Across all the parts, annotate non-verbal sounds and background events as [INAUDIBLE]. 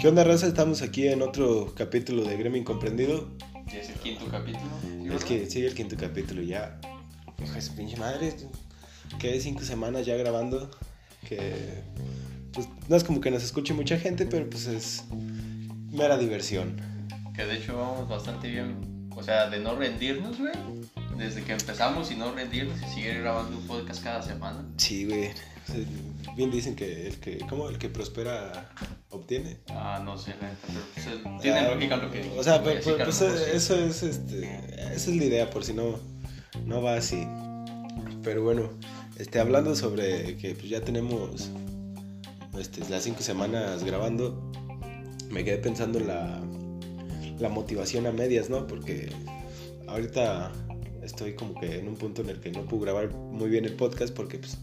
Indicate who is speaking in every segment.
Speaker 1: ¿Qué onda, raza? Estamos aquí en otro capítulo de Gremio Incomprendido.
Speaker 2: Ya es el quinto capítulo. ¿sí,
Speaker 1: Es
Speaker 2: verdad?
Speaker 1: que sigue el quinto capítulo ya. Hijo de su pinche madre. Quedé cinco semanas ya grabando. Que. Pues no es como que nos escuche mucha gente, pero pues es. mera diversión.
Speaker 2: Que de hecho vamos bastante bien. O sea, de no rendirnos, güey. Desde que empezamos y no rendirnos y seguir grabando un podcast cada semana.
Speaker 1: Sí, güey. O sea, Bien dicen que el que. ¿Cómo? El que prospera obtiene.
Speaker 2: Ah, no sé, la neta, pero pues, eh, tiene
Speaker 1: Ah,
Speaker 2: lógica lo que
Speaker 1: O sea,
Speaker 2: güey,
Speaker 1: pues,
Speaker 2: así que a lo
Speaker 1: pues,
Speaker 2: mejor sí.
Speaker 1: eso es este, esa es la idea, por si no, no va así. Pero bueno, este, hablando sobre que pues, ya tenemos este, las cinco semanas grabando, me quedé pensando en la, la motivación a medias, ¿no? Porque ahorita estoy como que en un punto en el que no puedo grabar muy bien el podcast porque pues,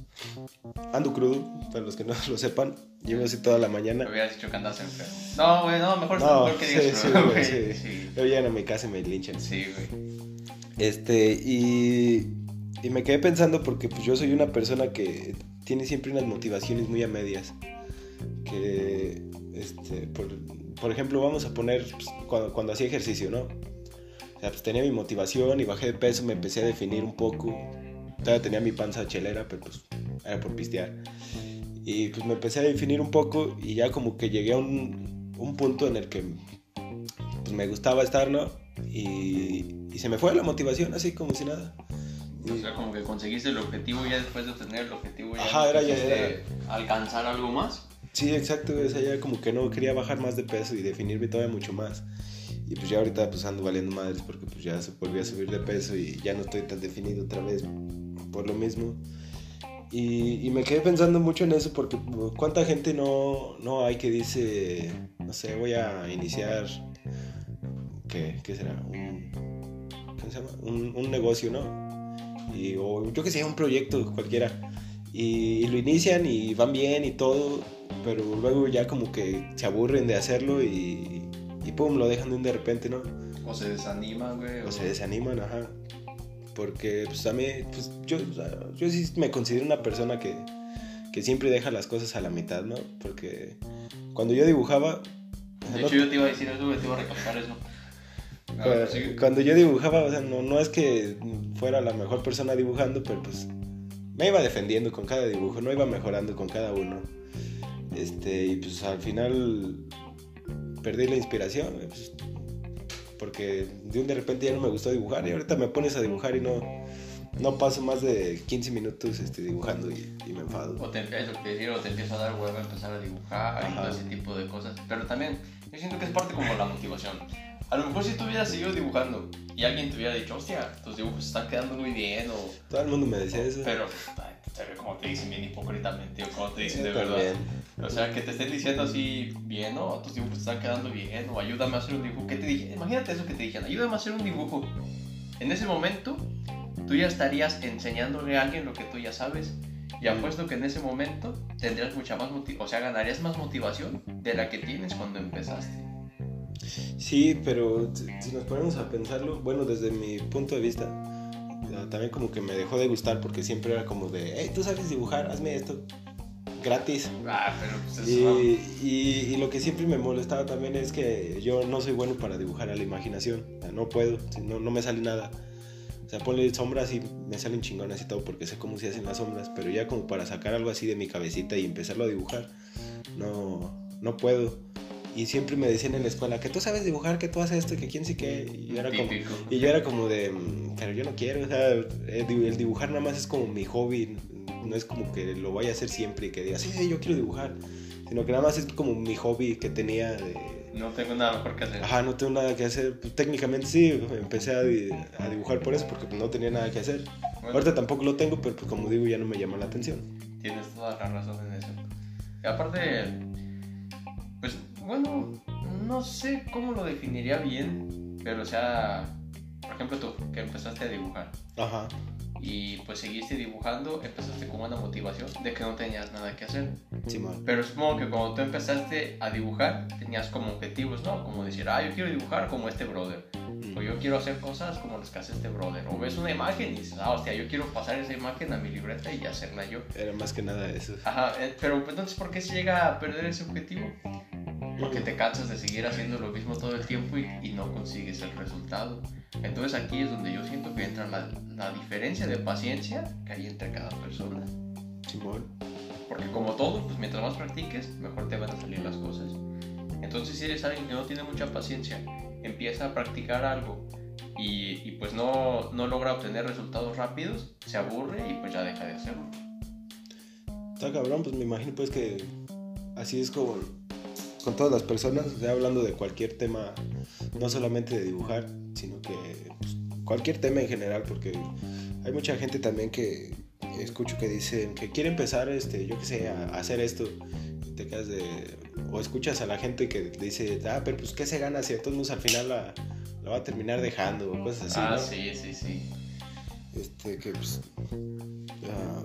Speaker 1: ando crudo, para los que no [LAUGHS] lo sepan, llevo así toda la mañana.
Speaker 2: Me hubieras dicho que andas enfermo. No, güey, no, mejor,
Speaker 1: No,
Speaker 2: mejor que
Speaker 1: sí,
Speaker 2: digas,
Speaker 1: sí,
Speaker 2: pero,
Speaker 1: güey,
Speaker 2: [LAUGHS] güey.
Speaker 1: sí.
Speaker 2: Sí,
Speaker 1: Luego llegan a mi casa y me linchan.
Speaker 2: sí, güey.
Speaker 1: Este, y, y me quedé pensando porque pues, yo soy una persona que tiene siempre unas motivaciones muy a medias. Que, este, por, por ejemplo, vamos a poner pues, cuando, cuando hacía ejercicio, ¿no? O sea, pues tenía mi motivación y bajé de peso, me empecé a definir un poco. Todavía tenía mi panza chelera, pero pues era por pistear. Y pues me empecé a definir un poco y ya como que llegué a un, un punto en el que pues me gustaba estar, ¿no? Y, y se me fue la motivación así como si nada.
Speaker 2: O
Speaker 1: Y-
Speaker 2: sea, como que conseguiste el objetivo ya después de obtener el objetivo. Ya
Speaker 1: Ajá, era ya-
Speaker 2: quisiste Alcanzar algo más.
Speaker 1: Sí, exacto, güey, o sea, ya como que no quería bajar más de peso y definirme todavía mucho más. Y pues ya ahorita pues ando valiendo madres porque pues ya se volví a subir de peso y ya no estoy tan definido otra vez por lo mismo. Y, y me quedé pensando mucho en eso porque pues, cuánta gente no, no hay que dice, no sé, voy a iniciar, ¿qué, qué será? Un, ¿Cómo se llama? Un, un negocio, ¿no? Y, o yo que sé, un proyecto cualquiera. Y, y lo inician y van bien y todo, pero luego ya como que se aburren de hacerlo y, y pum, lo dejan de un de repente, ¿no?
Speaker 2: O se desanima, güey.
Speaker 1: O se desaniman, ajá. Porque pues a mí, pues yo, o sea, yo sí me considero una persona que, que siempre deja las cosas a la mitad, ¿no? Porque cuando yo dibujaba... o sea,
Speaker 2: De
Speaker 1: no-
Speaker 2: hecho, yo te iba a decir eso, güey, te iba a recalcar eso. A
Speaker 1: Cu-
Speaker 2: ver, pues, sigue.
Speaker 1: Cuando yo dibujaba, o sea, no, no es que fuera la mejor persona dibujando, pero pues me iba defendiendo con cada dibujo, no iba mejorando con cada uno. Este, y pues al final perdí la inspiración, güey, pues, porque de un de repente ya no me gustó dibujar y ahorita me pones a dibujar y no, no paso más de 15 minutos este, dibujando y, y me enfado.
Speaker 2: O te, es lo que te decía, o te empieza a dar hueva empezar a dibujar y
Speaker 1: Ajá.
Speaker 2: todo ese tipo de cosas. Pero también, yo siento que es parte como la motivación. A lo mejor si tú hubieras seguido dibujando y alguien te hubiera dicho, hostia, tus dibujos están quedando muy bien, o.
Speaker 1: Todo el mundo me decía eso.
Speaker 2: Pero, ay, te ve como te dicen bien hipócritamente, o como te dicen de
Speaker 1: Yo también.
Speaker 2: verdad. O sea, que te estén diciendo así, bien, o tus dibujos están quedando bien, o ayúdame a hacer un dibujo. ¿Qué te dije? Imagínate eso que te dijeron, ayúdame a hacer un dibujo. En ese momento, tú ya estarías enseñándole a alguien lo que tú ya sabes. Y apuesto que en ese momento tendrías mucha más motivación, o sea, ganarías más motivación de la que tienes cuando empezaste.
Speaker 1: Sí, pero si si nos ponemos a pensarlo, bueno, desde mi punto de vista, ya también como que me dejó de gustar porque siempre era como de, hey, tú sabes dibujar, hazme esto gratis.
Speaker 2: Ah, pero pues eso...
Speaker 1: Y, y- y lo que siempre me molestaba también es que yo no soy bueno para dibujar a la imaginación, o sea, no puedo, si no, no me sale nada. O sea, ponle sombras y me salen chingonas y todo porque sé cómo se hacen las sombras, pero ya como para sacar algo así de mi cabecita y empezarlo a dibujar, no, no puedo. Y siempre me decían en la escuela que tú sabes dibujar, que tú haces esto, que quién sí qué. Y yo era como,
Speaker 2: Típico.
Speaker 1: y yo era como de, "Mm, pero yo no quiero, o sea, el di- el dibujar nada más es como mi hobby, no es como que lo vaya a hacer siempre y que diga, sí, sí, yo quiero dibujar, sino que nada más es como mi hobby que tenía de,
Speaker 2: No tengo nada mejor que hacer.
Speaker 1: ajá, no tengo nada que hacer, Pues, técnicamente sí, empecé a, di- a dibujar por eso, porque pues, no tenía nada que hacer.
Speaker 2: Bueno.
Speaker 1: Ahorita tampoco lo tengo, pero pues, como digo, ya no me llama la atención.
Speaker 2: Tienes toda la razón en eso. Y aparte, pues bueno, no sé cómo lo definiría bien, pero o sea, por ejemplo tú, que empezaste a dibujar
Speaker 1: Ajá,
Speaker 2: y pues seguiste dibujando, empezaste con una motivación de que no tenías nada que hacer.
Speaker 1: Simón.
Speaker 2: Pero supongo que cuando tú empezaste a dibujar, tenías como objetivos, ¿no? Como decir, ah, yo quiero dibujar como este brother.
Speaker 1: Ujú.
Speaker 2: O yo quiero hacer cosas como las que hace este brother. O ves una imagen y dices, ah, hostia, yo quiero pasar esa imagen a mi libreta y hacerla yo.
Speaker 1: Era más que nada eso.
Speaker 2: Ajá, eh, pero entonces, ¿por qué se llega a perder ese objetivo? Porque te cansas de seguir haciendo lo mismo todo el tiempo y, y no consigues el resultado. Entonces aquí es donde yo siento que entra la, la diferencia de paciencia que hay entre cada persona.
Speaker 1: Simón.
Speaker 2: Porque como todo, pues mientras más practiques, mejor te van a salir las cosas. Entonces si eres alguien que no tiene mucha paciencia, empieza a practicar algo y, y, pues no, no logra obtener resultados rápidos, se aburre y pues ya deja de hacerlo.
Speaker 1: Está cabrón, pues me imagino pues que así es como con todas las personas, o sea, hablando de cualquier tema, no solamente de dibujar, sino que pues, cualquier tema en general, porque hay mucha gente también que escucho que dicen que quiere empezar, este, yo qué sé, a a hacer esto, y te quedas de, o escuchas a la gente que dice, ah, pero pues qué se gana si a todos modos al final la, la va a terminar dejando, o cosas así,
Speaker 2: ah,
Speaker 1: ¿no?
Speaker 2: sí, sí, sí.
Speaker 1: Este, que pues, ah,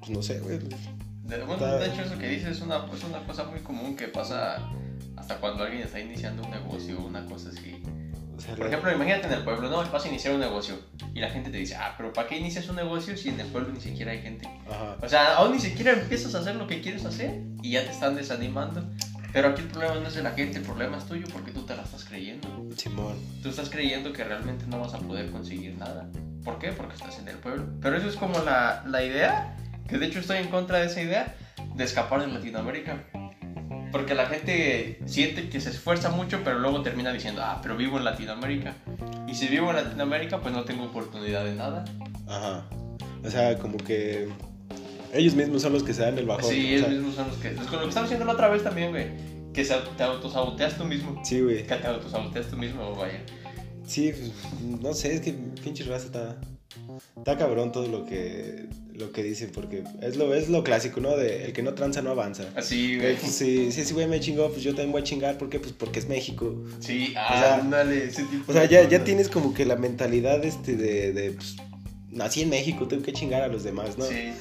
Speaker 1: pues no sé, güey.
Speaker 2: De, bueno,
Speaker 1: Está-
Speaker 2: de hecho eso que dices es una, es una cosa muy común que pasa hasta cuando alguien está iniciando un negocio o una cosa así.
Speaker 1: O sea, la-
Speaker 2: Por ejemplo, imagínate en el pueblo, no, vas a iniciar un negocio y la gente te dice, ah, pero ¿para qué inicias un negocio si en el pueblo ni siquiera hay gente?
Speaker 1: Ajá.
Speaker 2: O sea, aún ni siquiera empiezas a hacer lo que quieres hacer y ya te están desanimando. Pero aquí el problema no es de la gente, el problema es tuyo porque tú te la estás creyendo.
Speaker 1: Simón.
Speaker 2: Tú estás creyendo que realmente no vas a poder conseguir nada. ¿Por qué? Porque estás en el pueblo. Pero eso es como la, la idea, que de hecho estoy en contra de esa idea, de escapar de Latinoamérica. Porque la gente siente que se esfuerza mucho, pero luego termina diciendo, ah, pero vivo en Latinoamérica. Y si vivo en Latinoamérica, pues no tengo oportunidad de nada.
Speaker 1: Ajá. O sea, como que ellos mismos son los que se dan el bajón.
Speaker 2: Sí,
Speaker 1: o
Speaker 2: ellos
Speaker 1: sea,
Speaker 2: mismos son los que. Es con lo que estaba diciendo la otra vez también, güey. Que se- te autosaboteas tú mismo.
Speaker 1: sí, güey.
Speaker 2: Que te autosaboteas tú mismo, vaya.
Speaker 1: Sí, pues, no sé, es que pinche raza está. Está cabrón todo lo que, lo que dicen, porque es lo, es lo clásico, ¿no? De el que no tranza no avanza.
Speaker 2: Así,
Speaker 1: Eh,
Speaker 2: güey.
Speaker 1: pues, sí, sí, sí, güey, me chingó, pues yo también voy a chingar, ¿por qué? Pues porque es México.
Speaker 2: Sí,
Speaker 1: sea,
Speaker 2: ándale. ese tipo
Speaker 1: O sea, ya,
Speaker 2: de
Speaker 1: ya
Speaker 2: cosas.
Speaker 1: tienes como que la mentalidad este de, de pues, nací en México, tengo que chingar a los demás, ¿no?
Speaker 2: Sí.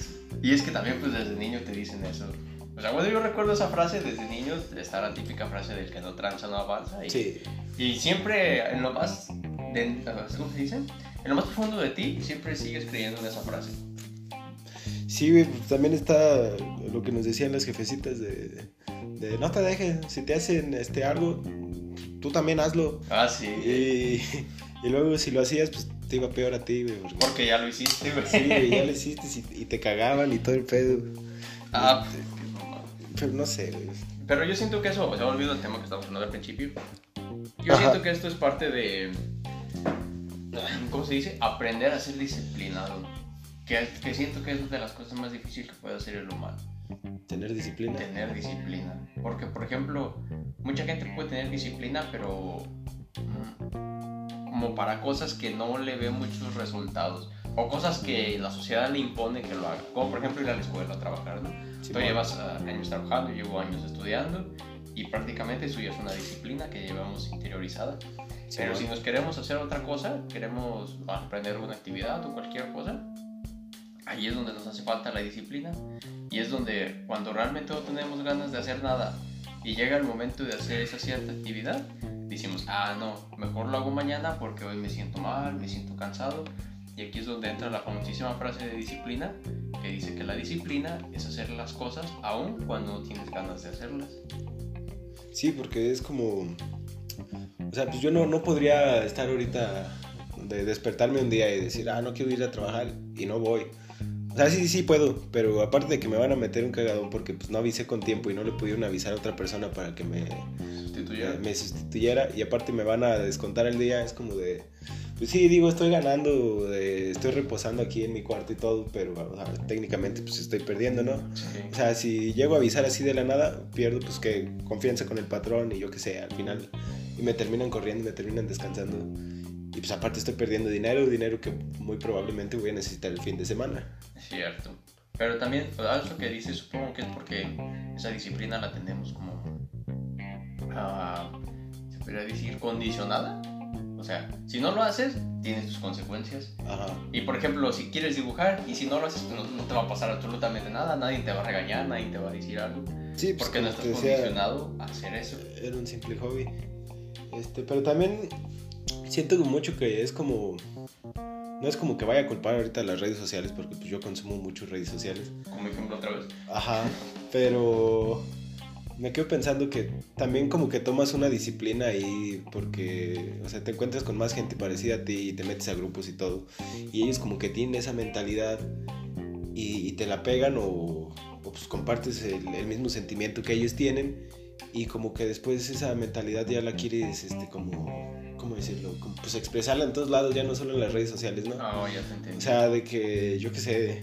Speaker 2: Y es que también, pues desde niño te dicen eso. O sea, cuando yo recuerdo esa frase desde niño, está la típica frase del que no tranza no avanza. Y,
Speaker 1: Sí,
Speaker 2: y siempre en lo más. de- ¿Cómo se dice? En lo más profundo de ti, siempre sigues creyendo en esa frase.
Speaker 1: Sí, güey, pues, también está lo que nos decían las jefecitas de, de no te dejes, si te hacen este algo, tú también hazlo.
Speaker 2: Ah, sí.
Speaker 1: Y, y luego si lo hacías, pues te iba peor a ti, güey. porque-
Speaker 2: Porque ya lo hiciste, güey.
Speaker 1: sí, güey, ya lo hiciste y, y te cagaban y todo el pedo.
Speaker 2: Ah, pues, qué mamada.
Speaker 1: Pero no sé, güey.
Speaker 2: Pero yo siento que eso, o sea, olvido el tema que estábamos hablando al principio. Yo
Speaker 1: Ajá.
Speaker 2: siento que esto es parte de. ¿Cómo se dice? Aprender a ser disciplinado. Que, que siento que es de las cosas más difíciles que puede hacer el humano.
Speaker 1: Tener disciplina.
Speaker 2: Tener disciplina. Porque, por ejemplo, mucha gente puede tener disciplina, pero. mm, Como para cosas que no le ve muchos resultados. O cosas que la sociedad le impone que lo haga. Como, por ejemplo, ir a la escuela a trabajar, ¿no?
Speaker 1: Sí,
Speaker 2: Tú
Speaker 1: güey.
Speaker 2: llevas ah, años trabajando, yo llevo años estudiando y prácticamente eso ya es una disciplina que llevamos interiorizada.
Speaker 1: Sí,
Speaker 2: Pero
Speaker 1: güey.
Speaker 2: si nos queremos hacer otra cosa, queremos aprender una actividad o cualquier cosa, ahí es donde nos hace falta la disciplina y es donde cuando realmente no tenemos ganas de hacer nada y llega el momento de hacer esa cierta actividad, decimos, ah, no, mejor lo hago mañana porque hoy me siento mal, me siento cansado. Y aquí es donde entra la famosísima frase de disciplina, que dice que la disciplina es hacer las cosas aún cuando no tienes ganas de hacerlas.
Speaker 1: Sí, porque es como. O sea, pues yo no, no podría estar ahorita de despertarme un día y decir, ah, no quiero ir a trabajar y no voy. O sea, sí, sí puedo, pero aparte de que me van a meter un cagadón porque pues no avisé con tiempo y no le pudieron avisar a otra persona para que me, eh,
Speaker 2: Sustituye.
Speaker 1: me sustituyera y aparte me van a descontar el día, es como de, pues sí, digo, estoy ganando, de- estoy reposando aquí en mi cuarto y todo, pero o sea, técnicamente pues estoy perdiendo, ¿no?
Speaker 2: Sí.
Speaker 1: O sea, si llego a avisar así de la nada, pierdo pues que confianza con el patrón y yo qué sé, al final. Y me terminan corriendo, me terminan descansando. Y pues aparte estoy perdiendo dinero, dinero que muy probablemente voy a necesitar el fin de semana.
Speaker 2: Cierto. Pero también, ¿sabes lo que dice? Supongo que es porque esa disciplina la tenemos como. ah, se podría decir condicionada. O sea, si no lo haces, tienes tus consecuencias.
Speaker 1: Ajá.
Speaker 2: Y por ejemplo, si quieres dibujar y si no lo haces, no, no te va a pasar absolutamente nada. Nadie te va a regañar, nadie te va a decir algo.
Speaker 1: Sí, pues
Speaker 2: Porque no
Speaker 1: como
Speaker 2: estás
Speaker 1: te decía,
Speaker 2: condicionado a hacer eso.
Speaker 1: era un simple hobby. Este, pero también siento mucho que es como... No es como que vaya a culpar ahorita las redes sociales porque pues yo consumo mucho redes sociales.
Speaker 2: Como ejemplo otra vez.
Speaker 1: Ajá, pero me quedo pensando que también como que tomas una disciplina ahí porque, o sea, te encuentras con más gente parecida a ti y te metes a grupos y todo. Y ellos como que tienen esa mentalidad y, y te la pegan o, o pues compartes el, el mismo sentimiento que ellos tienen y como que después esa mentalidad ya la quieres, este, como... ¿Cómo decirlo? Como, pues expresarla en todos lados, ya no solo en las redes sociales, ¿no?
Speaker 2: Ah, ya te entendí.
Speaker 1: O sea, de que, yo qué sé,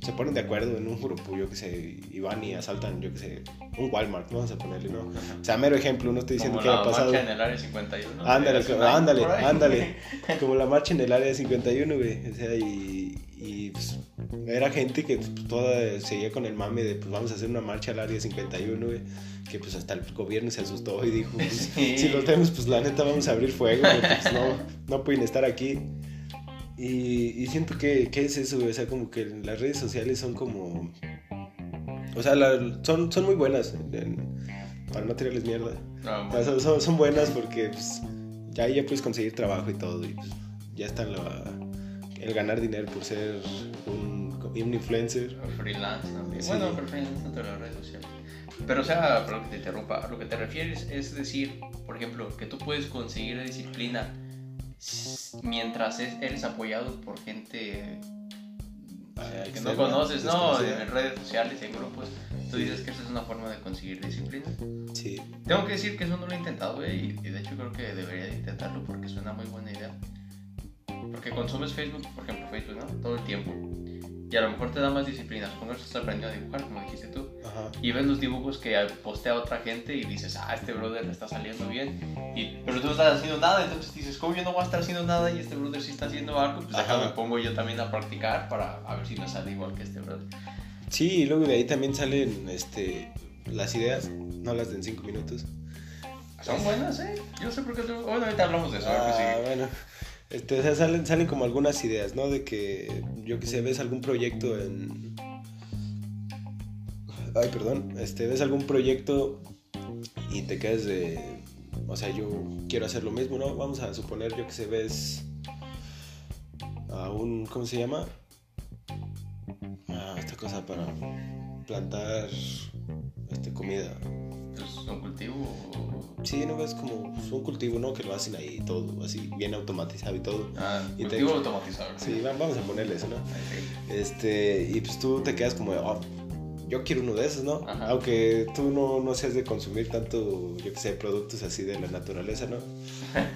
Speaker 1: se ponen de acuerdo en un grupo, yo qué sé, y van y asaltan, yo qué sé, un Walmart, ¿no? vamos a ponerle, ¿no? O sea, mero ejemplo, no estoy diciendo
Speaker 2: Como
Speaker 1: que
Speaker 2: la
Speaker 1: ha pasado.
Speaker 2: marcha en el área 51.
Speaker 1: Ándale,
Speaker 2: Hace un año
Speaker 1: ándale,
Speaker 2: por ahí.
Speaker 1: ándale. Como la marcha en el área 51, güey. O sea, y, y pues, era gente que pues, toda seguía con el mame de, pues vamos a hacer una marcha al área 51, güey. Que pues hasta el gobierno se asustó y dijo, pues,
Speaker 2: [LAUGHS] Sí.
Speaker 1: si lo tenemos, pues la neta vamos a abrir fuego, güey, pues, no, no pueden estar aquí. Y, y siento que, que es eso, güey. O sea, como que las redes sociales son como. O sea, la- son, son muy buenas. en- en- para no tirarles mierda.
Speaker 2: No,
Speaker 1: O sea, son, son- son buenas porque pues, ya, ya puedes conseguir trabajo y todo. Y pues, ya está la- el ganar dinero por ser un, un influencer.
Speaker 2: Freelance también.
Speaker 1: Sí.
Speaker 2: Bueno, pero freelance dentro de las redes sociales. Pero, o sea, perdón que te interrumpa, a lo que te refieres es decir, por ejemplo, que tú puedes conseguir disciplina s- mientras es- eres apoyado por gente o sea,
Speaker 1: Ah,
Speaker 2: que no
Speaker 1: externa,
Speaker 2: conoces, ¿no? Eh,
Speaker 1: desconocida.
Speaker 2: En redes sociales, en grupos. Tú dices que esa es una forma de conseguir disciplina.
Speaker 1: Sí,
Speaker 2: Tengo que decir que eso no lo he intentado, güey, y y de hecho creo que debería de intentarlo porque suena muy buena idea. Porque consumes Facebook, por ejemplo, Facebook, ¿no? Todo el tiempo. Y a lo mejor te da más disciplina. Supongo que estás aprendiendo a dibujar, como dijiste tú.
Speaker 1: ajá.
Speaker 2: Y ves los dibujos que postea otra gente y dices, ah, este brother le está saliendo bien. Y, pero tú no estás haciendo nada, entonces dices, ¿cómo yo no voy a estar haciendo nada y este brother sí está haciendo algo? Pues
Speaker 1: Ajá.
Speaker 2: déjame, pongo yo también a practicar para a ver si me sale igual que este brother.
Speaker 1: Sí, y luego de ahí también salen este, las ideas, no las de en 5 minutos.
Speaker 2: Son buenas, ¿eh? Yo sé por qué... tú- Bueno, ahorita hablamos de eso. a ver, pues, sí.
Speaker 1: Ah, bueno. Este, o sea, salen, salen como algunas ideas, ¿no? De que, yo que sé, ves algún proyecto en... Ay, perdón. Este, ves algún proyecto y te quedas de... O sea, yo quiero hacer lo mismo, ¿no? Vamos a suponer, yo que sé, ves a un... ¿Cómo se llama? Ah, esta cosa para plantar este, comida.
Speaker 2: Entonces, Pues, un cultivo... o-
Speaker 1: Sí, ¿no? Es como pues, un cultivo, ¿no? Que lo hacen ahí y todo, así, bien automatizado y todo.
Speaker 2: Ah,
Speaker 1: Y te-
Speaker 2: cultivo automatizado.
Speaker 1: Sí, va- vamos a ponerle eso, ¿no?
Speaker 2: Sí.
Speaker 1: Este, y pues tú te quedas como, "Oh, yo quiero uno de esos, ¿no?
Speaker 2: Ajá.
Speaker 1: Aunque tú no, no seas de consumir tanto, yo que sé, productos así de la naturaleza, ¿no?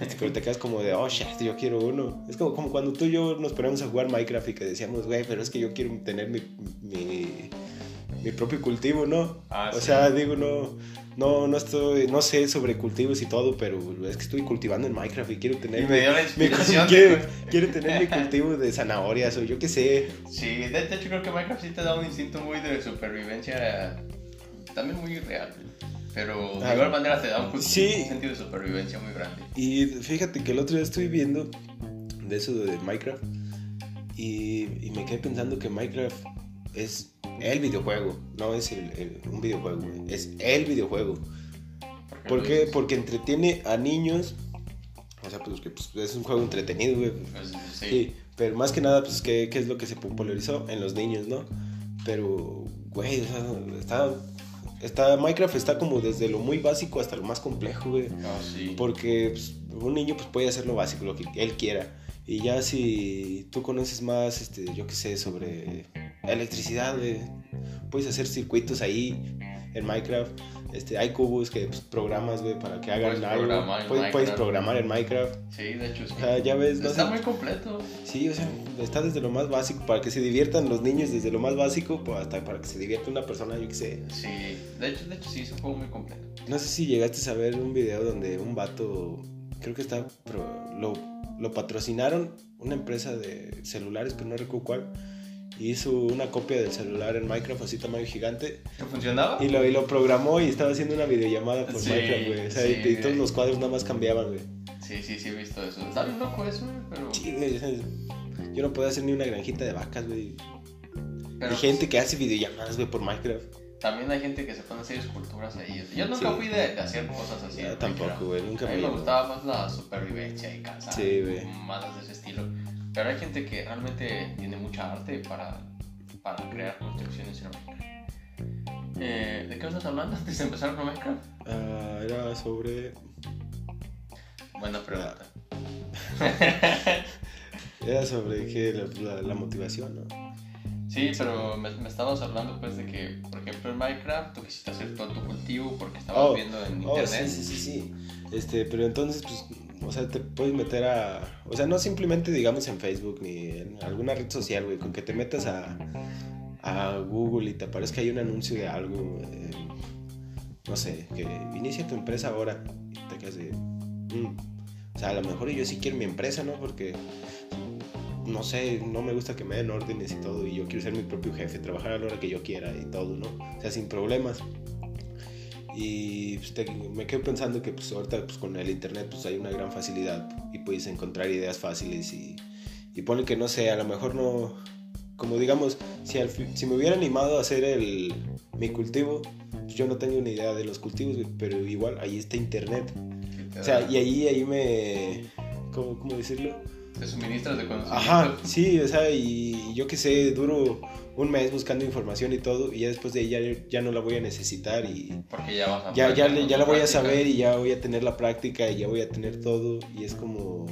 Speaker 1: Este, pero te quedas como de, oh, shit, yo quiero uno. Es como, como cuando tú y yo nos poníamos a jugar Minecraft y que decíamos, güey, pero es que yo quiero tener mi, mi, mi propio cultivo, ¿no?
Speaker 2: Ah,
Speaker 1: o
Speaker 2: sí.
Speaker 1: sea, digo, no, no, no estoy, no sé sobre cultivos y todo, pero es que estoy cultivando en Minecraft y quiero tener...
Speaker 2: Y me dio la
Speaker 1: mi-
Speaker 2: inspiración.
Speaker 1: quiero, quiero tener mi cultivo de zanahorias o yo qué sé.
Speaker 2: Sí, de de hecho creo que Minecraft sí te da un instinto muy de supervivencia, también muy real. Pero de
Speaker 1: Ah.
Speaker 2: igual manera te da un, cul-
Speaker 1: Sí.
Speaker 2: un sentido de supervivencia muy grande.
Speaker 1: Y fíjate que el otro día estoy viendo de eso de Minecraft y, y me quedé pensando que Minecraft es el videojuego, no es el- el- un videojuego, güey, es el videojuego. ¿Por
Speaker 2: lo
Speaker 1: qué?
Speaker 2: dices?
Speaker 1: Porque entretiene a niños, o sea, pues que pues, es un juego entretenido, güey.
Speaker 2: Pues, sí.
Speaker 1: Sí, pero más que nada, pues, ¿qué, qué es lo que se popularizó en los niños, no? Pero, güey, o sea, está, está, Minecraft está como desde lo muy básico hasta lo más complejo, güey.
Speaker 2: No, sí.
Speaker 1: Porque pues, un niño pues, puede hacer lo básico, lo que él quiera. Y ya si tú conoces más, este, yo qué sé, sobre la electricidad, güey, puedes hacer circuitos ahí en Minecraft. Este, hay cubos que pues, programas, güey, para que hagan
Speaker 2: Puedes
Speaker 1: algo.
Speaker 2: programar en
Speaker 1: puedes, puedes
Speaker 2: Minecraft.
Speaker 1: programar en Minecraft.
Speaker 2: Sí, de hecho sí.
Speaker 1: O sea, Ah, ya ves, no
Speaker 2: Está
Speaker 1: sé.
Speaker 2: muy completo.
Speaker 1: Sí, o sea, está desde lo más básico, para que se diviertan los niños desde lo más básico, pues, hasta para que se divierta una persona, yo qué sé,
Speaker 2: Sí, de hecho, de hecho sí, es un juego muy completo.
Speaker 1: No sé si llegaste a ver un video donde un vato, creo que está, pro- lo, lo patrocinaron una empresa de celulares, pero no recuerdo cuál, y hizo una copia del celular en Minecraft así tamaño gigante,
Speaker 2: ¿No funcionaba?
Speaker 1: y lo, y lo programó y estaba haciendo una videollamada por
Speaker 2: Sí,
Speaker 1: Minecraft, güey. O sea, y-
Speaker 2: sí,
Speaker 1: y, todos
Speaker 2: güey.
Speaker 1: los cuadros nada más cambiaban, güey.
Speaker 2: Sí, sí, sí, he visto eso. Está bien loco eso, eh, pero...
Speaker 1: Sí, güey, o sea, Yo no podía hacer ni una granjita de vacas, güey.
Speaker 2: pero
Speaker 1: Hay gente que hace videollamadas, güey, por Minecraft.
Speaker 2: También hay gente que se pone a hacer esculturas ahí. Yo nunca
Speaker 1: Sí.
Speaker 2: fui de, de hacer cosas así.
Speaker 1: Yo
Speaker 2: de
Speaker 1: tampoco,
Speaker 2: recrear.
Speaker 1: güey, nunca
Speaker 2: A
Speaker 1: me
Speaker 2: mí me
Speaker 1: llamó.
Speaker 2: gustaba más la supervivencia y cazar.
Speaker 1: Sí, güey.
Speaker 2: Malas de ese estilo. Pero hay gente que realmente tiene mucha arte para, para crear construcciones en Minecraft. Eh, ¿De qué estás hablando antes de empezar con Minecraft?
Speaker 1: Ah, era sobre.
Speaker 2: Buena pregunta.
Speaker 1: Era sobre que la, la- la motivación, ¿no?
Speaker 2: Sí, pero me, me estabas hablando pues de que, por ejemplo, en Minecraft tú quisiste hacer todo tu cultivo porque estabas
Speaker 1: Oh,
Speaker 2: viendo en
Speaker 1: Oh,
Speaker 2: internet.
Speaker 1: sí, sí, sí, sí. Este, pero entonces, pues, o sea, te puedes meter a. O sea, no simplemente, digamos, en Facebook ni en alguna red social, güey, con que te metas a, a Google y te aparezca ahí un anuncio de algo. eh, no sé, que inicia tu empresa ahora. Y te quedas de. "Mm". O sea, a lo mejor yo sí quiero mi empresa, ¿no? Porque. No sé, no me gusta que me den órdenes y todo, y yo quiero ser mi propio jefe, trabajar a la hora que yo quiera y todo, ¿no? O sea, sin problemas. Y pues, te- me quedo pensando que pues, ahorita pues, con el internet pues, hay una gran facilidad y puedes encontrar ideas fáciles y, y pone que no sé, a lo mejor no, como digamos, si, al fi- si me hubiera animado a hacer el, mi cultivo, pues, yo no tengo ni idea de los cultivos, güey, pero igual ahí está internet.
Speaker 2: que te
Speaker 1: O sea,
Speaker 2: da-
Speaker 1: y ahí, ahí me... ¿Cómo, cómo decirlo?
Speaker 2: Te suministras de conocimiento.
Speaker 1: Ajá, sí, o sea, y yo qué sé, duro un mes buscando información y todo, y ya después de ahí ya, ya no la voy a necesitar y,
Speaker 2: Porque ya vas a.
Speaker 1: ya, ya, le- ya la voy a
Speaker 2: Práctica.
Speaker 1: saber y ya voy a tener la práctica y ya voy a tener todo y es como,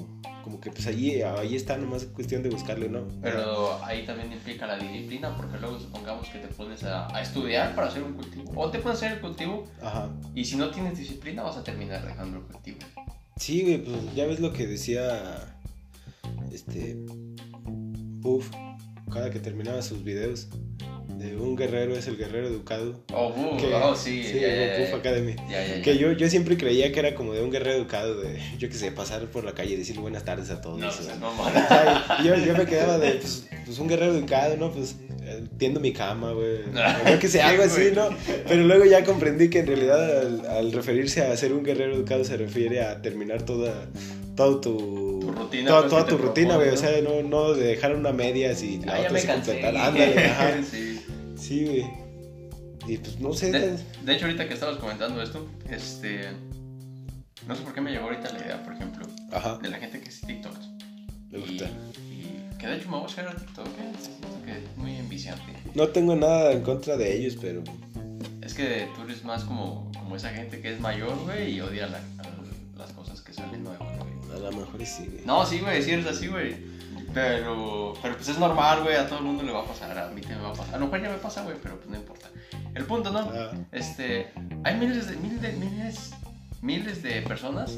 Speaker 1: como que pues ahí, ahí está, nomás es cuestión de buscarle, ¿no?
Speaker 2: Pero ahí también implica la disciplina, porque luego supongamos que te pones a, a estudiar para hacer un cultivo. O te pones a hacer el cultivo
Speaker 1: Ajá.
Speaker 2: y si no tienes disciplina vas a terminar dejando el cultivo.
Speaker 1: Sí, güey, pues ya ves lo que decía este Buff cada que terminaba sus videos de un guerrero es el guerrero educado.
Speaker 2: Oh, uh,
Speaker 1: Que-
Speaker 2: oh, sí,
Speaker 1: sí,
Speaker 2: ya, ya,
Speaker 1: Buff
Speaker 2: ya,
Speaker 1: Academy.
Speaker 2: ya, ya, ya.
Speaker 1: Que yo, yo siempre creía que era como de un guerrero educado, de yo qué sé, pasar por la calle y decir buenas tardes a todos.
Speaker 2: No,
Speaker 1: o sea,
Speaker 2: pues, no, mala.
Speaker 1: Ay, yo, yo me quedaba de, pues, pues, un guerrero educado, ¿no? Pues eh, tiendo mi cama, güey. O Yo que sé, algo así, ¿no? Pero luego ya comprendí que en realidad al, al referirse a ser un guerrero educado se refiere a terminar toda, toda tu...
Speaker 2: Tu rutina,
Speaker 1: Toda,
Speaker 2: pues,
Speaker 1: toda
Speaker 2: que
Speaker 1: tu
Speaker 2: te
Speaker 1: rutina, güey. O
Speaker 2: propones,
Speaker 1: sea, no, no de dejar una media si la
Speaker 2: Ah, ya
Speaker 1: otra
Speaker 2: me
Speaker 1: se
Speaker 2: cansé.
Speaker 1: completara.
Speaker 2: [LAUGHS]
Speaker 1: Ándale, ajá.
Speaker 2: Sí.
Speaker 1: Sí, güey. Y pues no sé.
Speaker 2: De,
Speaker 1: tal-
Speaker 2: de hecho, ahorita que estabas comentando esto, este. No sé por qué me llegó ahorita la idea, por ejemplo,
Speaker 1: Ajá,
Speaker 2: de la gente que hace TikToks.
Speaker 1: me gusta.
Speaker 2: Y, y que de hecho me voy a hacer a TikTok, ¿eh? Siento que es muy enviciante.
Speaker 1: No tengo nada en contra de ellos, pero...
Speaker 2: Es que tú eres más como, como esa gente que es mayor, güey, y odia la- a las cosas que salen nuevas, güey.
Speaker 1: A lo mejor sí, güey.
Speaker 2: No, sí, güey, sí eres así, güey. Pero, pero pues es normal, güey, a todo el mundo le va a pasar, a mí también me va a pasar. A lo mejor ya me pasa, güey, pero pues no importa. El punto, ¿no?
Speaker 1: Ah,
Speaker 2: Este, hay miles de, miles de, miles, miles de personas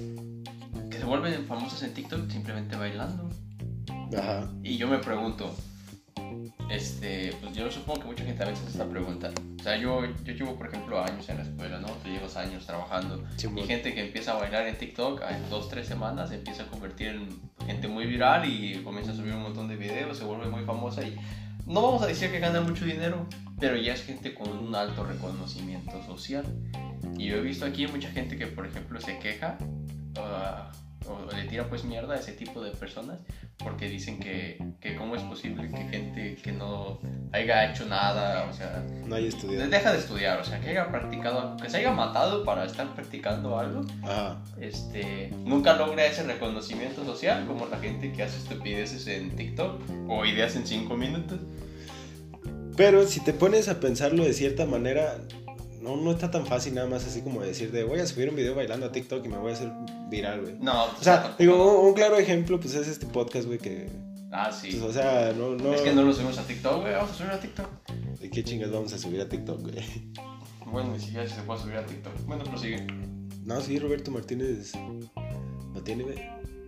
Speaker 2: que se vuelven famosas en TikTok simplemente bailando.
Speaker 1: ajá.
Speaker 2: Y yo me pregunto, este, pues yo supongo que mucha gente a veces hace esta pregunta. O sea, yo, yo llevo, por ejemplo, años en la escuela, ¿no? Tú llevas años trabajando. Y
Speaker 1: Simón.
Speaker 2: gente que empieza a bailar en TikTok en dos, tres semanas se empieza a convertir en gente muy viral y comienza a subir un montón de videos, se vuelve muy famosa y no vamos a decir que gana mucho dinero, pero ya es gente con un alto reconocimiento social. Y yo he visto aquí mucha gente que, por ejemplo, se queja ah, o le tira pues mierda a ese tipo de personas porque dicen que, que cómo es posible que gente que no haya hecho nada, o sea,
Speaker 1: No hay estudiado.
Speaker 2: deja de estudiar, o sea, que haya practicado algo, que se haya matado para estar practicando algo,
Speaker 1: Ajá.
Speaker 2: este, nunca logra ese reconocimiento social como la gente que hace estupideces en TikTok o ideas en 5 minutos.
Speaker 1: Pero si te pones a pensarlo de cierta manera, no, no está tan fácil nada más así como decir de voy a subir un video bailando a TikTok y me voy a hacer viral, güey.
Speaker 2: No,
Speaker 1: O sea, digo, un, un claro ejemplo pues es este podcast, güey, que...
Speaker 2: ah,
Speaker 1: pues,
Speaker 2: sí.
Speaker 1: o sea, no, no...
Speaker 2: Es que no lo subimos a TikTok, güey, vamos a subir a TikTok.
Speaker 1: ¿De qué chingas vamos a subir a TikTok, güey? [LAUGHS]
Speaker 2: Bueno, y si ya se puede subir a TikTok. Bueno, prosigue.
Speaker 1: No, sí, Roberto Martínez no tiene, güey.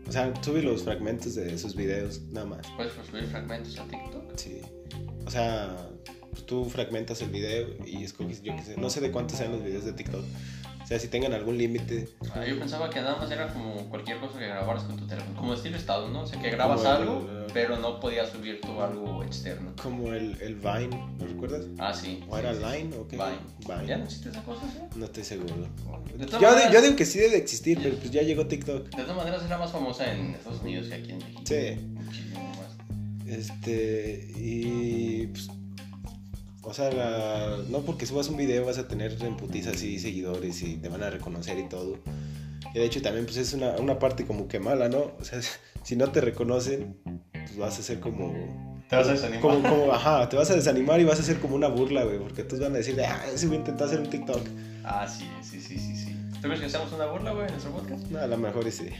Speaker 1: O sea, sube los fragmentos de sus videos, nada más.
Speaker 2: Puedes subir fragmentos a TikTok.
Speaker 1: Sí. O sea, pues, tú fragmentas el video y escoges, yo qué sé, no sé de cuántos sean los videos de TikTok. O sea, si tengan algún límite,
Speaker 2: Ah, yo pensaba que nada más era como cualquier cosa que grabaras con tu teléfono. Como estilo estado, ¿no? O sea, que grabas
Speaker 1: Como el-
Speaker 2: algo, pero no podías subir tú algo externo.
Speaker 1: como el, el Vine, ¿lo recuerdas?
Speaker 2: Ah, sí.
Speaker 1: ¿O era
Speaker 2: Sí, sí, sí.
Speaker 1: Line o qué?
Speaker 2: Vine. ¿Ya no existe esa cosa? ya?
Speaker 1: No estoy seguro.
Speaker 2: De
Speaker 1: Yo,
Speaker 2: todas,
Speaker 1: di-
Speaker 2: maneras,
Speaker 1: yo digo que sí debe existir, pero pues ya llegó TikTok.
Speaker 2: de todas maneras era más famosa en Estados Unidos que aquí en México.
Speaker 1: Sí.
Speaker 2: Muchísimo más.
Speaker 1: Este, y pues, O sea, la- no porque subas un video vas a tener en putiza así seguidores y te van a reconocer y todo. Y de hecho también pues es una, una parte como que mala, ¿no? O sea, [LAUGHS] si no te reconocen, pues vas a ser como
Speaker 2: Te vas a desanimar.
Speaker 1: como, como, ajá, te vas a desanimar y vas a hacer como una burla, güey, porque todos van a decir, ah, ese güey intentó hacer un TikTok.
Speaker 2: Ah, sí, sí, sí, sí, sí. ¿Tú crees que hacemos una burla, güey, en nuestro podcast?
Speaker 1: No, a lo mejor ese.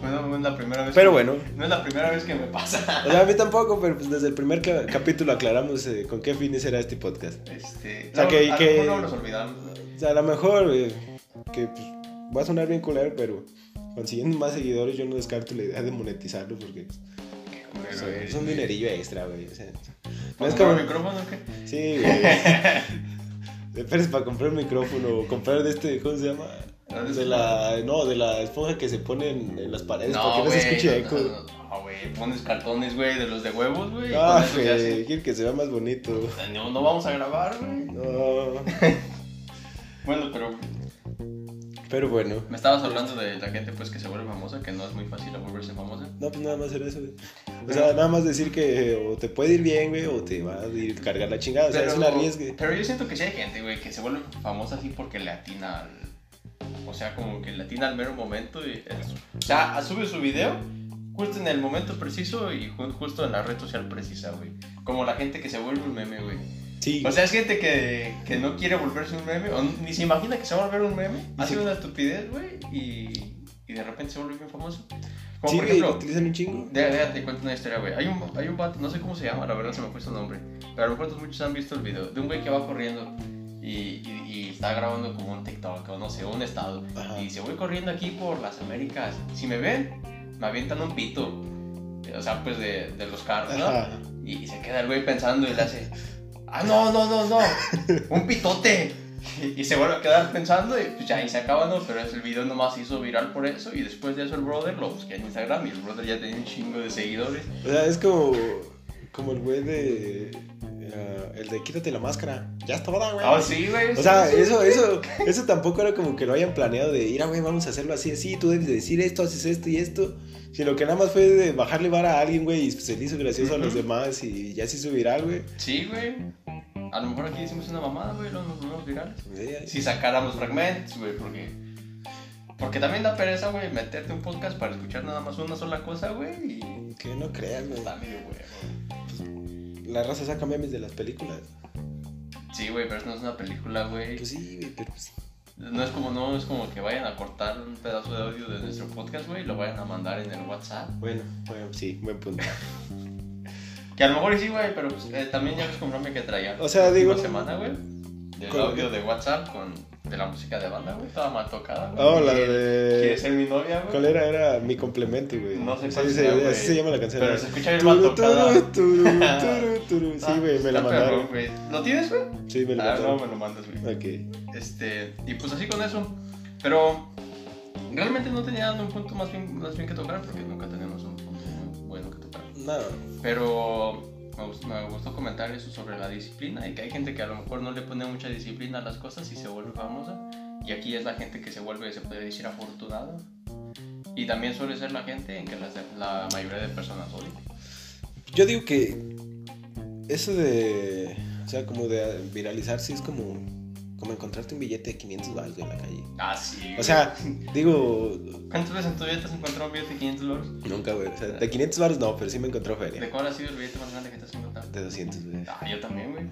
Speaker 2: Bueno, no es la primera vez.
Speaker 1: Pero
Speaker 2: que-
Speaker 1: bueno,
Speaker 2: No es la primera vez que me pasa. [LAUGHS]
Speaker 1: o sea, a mí tampoco, pero pues desde el primer ca- capítulo aclaramos eh, con qué fines era este podcast.
Speaker 2: Este.
Speaker 1: O sea,
Speaker 2: no,
Speaker 1: que-
Speaker 2: a lo
Speaker 1: que-
Speaker 2: mejor no nos olvidamos.
Speaker 1: O sea, a lo mejor, güey, que pues, va a sonar bien culero, pero consiguiendo más seguidores yo no descarto la idea de monetizarlo porque o sea, es un dinerillo extra, güey. o sea, no es
Speaker 2: como
Speaker 1: como...
Speaker 2: el micrófono o qué?
Speaker 1: Sí, güey. [LAUGHS] Pero es para comprar un micrófono o comprar de este, ¿cómo se llama?
Speaker 2: ¿La Ah, de
Speaker 1: De la, no, de la esponja que se pone en, en las paredes para que no se
Speaker 2: güey,
Speaker 1: escuche eco.
Speaker 2: No, no, no, güey, pones cartones, güey, de los de huevos, güey. y con
Speaker 1: Ah,
Speaker 2: eso se hace.
Speaker 1: güey, quiero que se vea más bonito.
Speaker 2: No, no vamos a grabar, güey.
Speaker 1: No.
Speaker 2: Bueno, pero
Speaker 1: Pero bueno.
Speaker 2: me estabas hablando de la gente pues que se vuelve famosa, que no es muy fácil volverse famosa.
Speaker 1: No, pues nada más era eso, güey. O sea, nada más decir que eh, o te puede ir bien, güey, o te va a ir cargar la chingada. O sea, es un arriesgue.
Speaker 2: pero yo siento que sí hay gente, güey, que se vuelve famosa así porque le atina al... O sea, como que le atina al mero momento y... O sea, sube su video justo en el momento preciso y ju- justo en la red social precisa, güey. Como la gente que se vuelve un meme, güey.
Speaker 1: Sí,
Speaker 2: O sea, es gente que, que no quiere volverse un meme, o ni se imagina que se va a volver un meme, hace
Speaker 1: Sí.
Speaker 2: una estupidez, güey, y, y de repente se vuelve bien famoso. Como
Speaker 1: sí, güey,
Speaker 2: por
Speaker 1: lo
Speaker 2: ejemplo,
Speaker 1: utilizan un chingo.
Speaker 2: Deja- Déjate, cuento una historia, güey. Hay un, hay un vato, no sé cómo se llama, la verdad se me fue su nombre. Pero a lo mejor muchos han visto el video de un güey que va corriendo y, y- y está grabando como un TikTok o no sé, un estado.
Speaker 1: Ajá.
Speaker 2: Y dice, voy corriendo aquí por las Américas. Si me ven, me avientan un pito. O sea, pues de, de los carros, ¿no?
Speaker 1: Ajá.
Speaker 2: Y, y se queda el güey pensando y le hace, ah, no, no,
Speaker 1: [LAUGHS]
Speaker 2: no, no, un pitote. Y, y se vuelve a quedar pensando y pues ya ahí se acaba, ¿no? Pero el video nomás se hizo viral por eso y después de eso el brother lo busqué en Instagram y el brother ya tenía un chingo de seguidores.
Speaker 1: O sea, es como, como el güey de. eh, el de quítate la máscara. Ya está, güey.
Speaker 2: Ah, sí, güey.
Speaker 1: O sea,
Speaker 2: sí, sí.
Speaker 1: eso, eso, eso tampoco era como que lo hayan planeado de ir a güey, vamos a hacerlo así, así, tú debes de decir esto, haces esto y esto. Sino que nada más fue de bajarle vara a alguien, güey, y se le hizo gracioso a los
Speaker 2: Ujú.
Speaker 1: demás y ya se hizo viral, güey.
Speaker 2: Sí, güey. A lo mejor aquí hicimos una mamada, güey, luego nos volvemos virales.
Speaker 1: Sí,
Speaker 2: Si sacáramos fragmentos, güey, porque... Porque también da pereza, güey, meterte un podcast para escuchar nada más una sola cosa, güey, y...
Speaker 1: Que no crean, güey.
Speaker 2: Está medio, güey.
Speaker 1: La raza saca memes de las películas.
Speaker 2: Sí, güey, pero eso no es una película, güey.
Speaker 1: Pues sí, güey, pero pues,
Speaker 2: No es como no es como que vayan a cortar un pedazo de audio de nuestro podcast, güey, y lo vayan a mandar en el WhatsApp.
Speaker 1: bueno, bueno, sí, buen
Speaker 2: [LAUGHS]
Speaker 1: punto.
Speaker 2: Que a lo mejor y sí, güey, pero pues, eh, también ya les comprame que traía.
Speaker 1: O sea, digo-
Speaker 2: La semana, güey, del
Speaker 1: Con-
Speaker 2: audio de WhatsApp con de la música de banda, güey, estaba mal tocada. güey.
Speaker 1: Oh, la
Speaker 2: Quiere- Quiere
Speaker 1: de.
Speaker 2: ser mi novia, güey.
Speaker 1: ¿Cuál era? Era mi complemento, güey.
Speaker 2: No sé
Speaker 1: Sí,
Speaker 2: cuál
Speaker 1: sí,
Speaker 2: será, güey.
Speaker 1: Así se llama la canción.
Speaker 2: Pero
Speaker 1: ¿no?
Speaker 2: se escucha bien mal
Speaker 1: Turu,
Speaker 2: tocada.
Speaker 1: turu, turu, turu,
Speaker 2: [LAUGHS]
Speaker 1: turu. Sí, güey, me la
Speaker 2: Ah, Está perrón,
Speaker 1: mandaron.
Speaker 2: güey. ¿Lo tienes, güey?
Speaker 1: Sí, me la
Speaker 2: Ah, no,
Speaker 1: mandaron.
Speaker 2: me lo mandas, güey.
Speaker 1: Ok.
Speaker 2: Este, y pues así con eso. Pero realmente no tenía un punto más bien, más bien que tocar porque nunca tenemos un punto muy bueno que tocar.
Speaker 1: No,
Speaker 2: Pero me gust- me gustó, comentar eso sobre la disciplina y que hay gente que a lo mejor no le pone mucha disciplina a las cosas y se vuelve famosa. Y aquí es la gente que se vuelve, se puede decir, afortunada. Y también suele ser la gente en que las de- la mayoría de personas odian.
Speaker 1: Yo digo que eso de, o sea, como de viralizar, sí es como, como encontrarte un billete de 500 baros en la calle.
Speaker 2: Ah, sí.
Speaker 1: O sea, digo,
Speaker 2: ¿cuántas veces en tu vida te has encontrado un billete de 500 dólares?
Speaker 1: nunca, güey. O sea, de 500 baros no, pero sí me encontró
Speaker 2: ¿De
Speaker 1: feria.
Speaker 2: cuál ha sido el billete más grande que te has encontrado?
Speaker 1: De 200, güey.
Speaker 2: Ah, yo también, güey.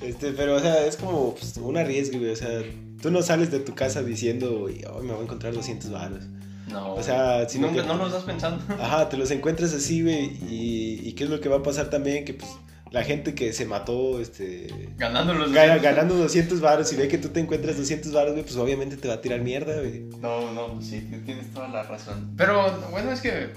Speaker 1: Este, pero, o sea, es como pues, un arriesgue, güey. O sea, tú no sales de tu casa diciendo, "Ay, hoy me voy a encontrar 200 baros.
Speaker 2: No.
Speaker 1: O sea,
Speaker 2: si
Speaker 1: sino
Speaker 2: nunca,
Speaker 1: que-
Speaker 2: no lo estás pensando. [LAUGHS]
Speaker 1: Ajá, te los encuentras así, güey. Y, y qué es lo que va a pasar también, que pues la gente que se mató, este,
Speaker 2: Ganando los
Speaker 1: Gana-
Speaker 2: doscientos.
Speaker 1: ganando 200 varos y ve que tú te encuentras 200 varos, güey, pues obviamente te va a tirar mierda, güey.
Speaker 2: No, no, sí, ti- tienes toda la razón. Pero bueno, es que.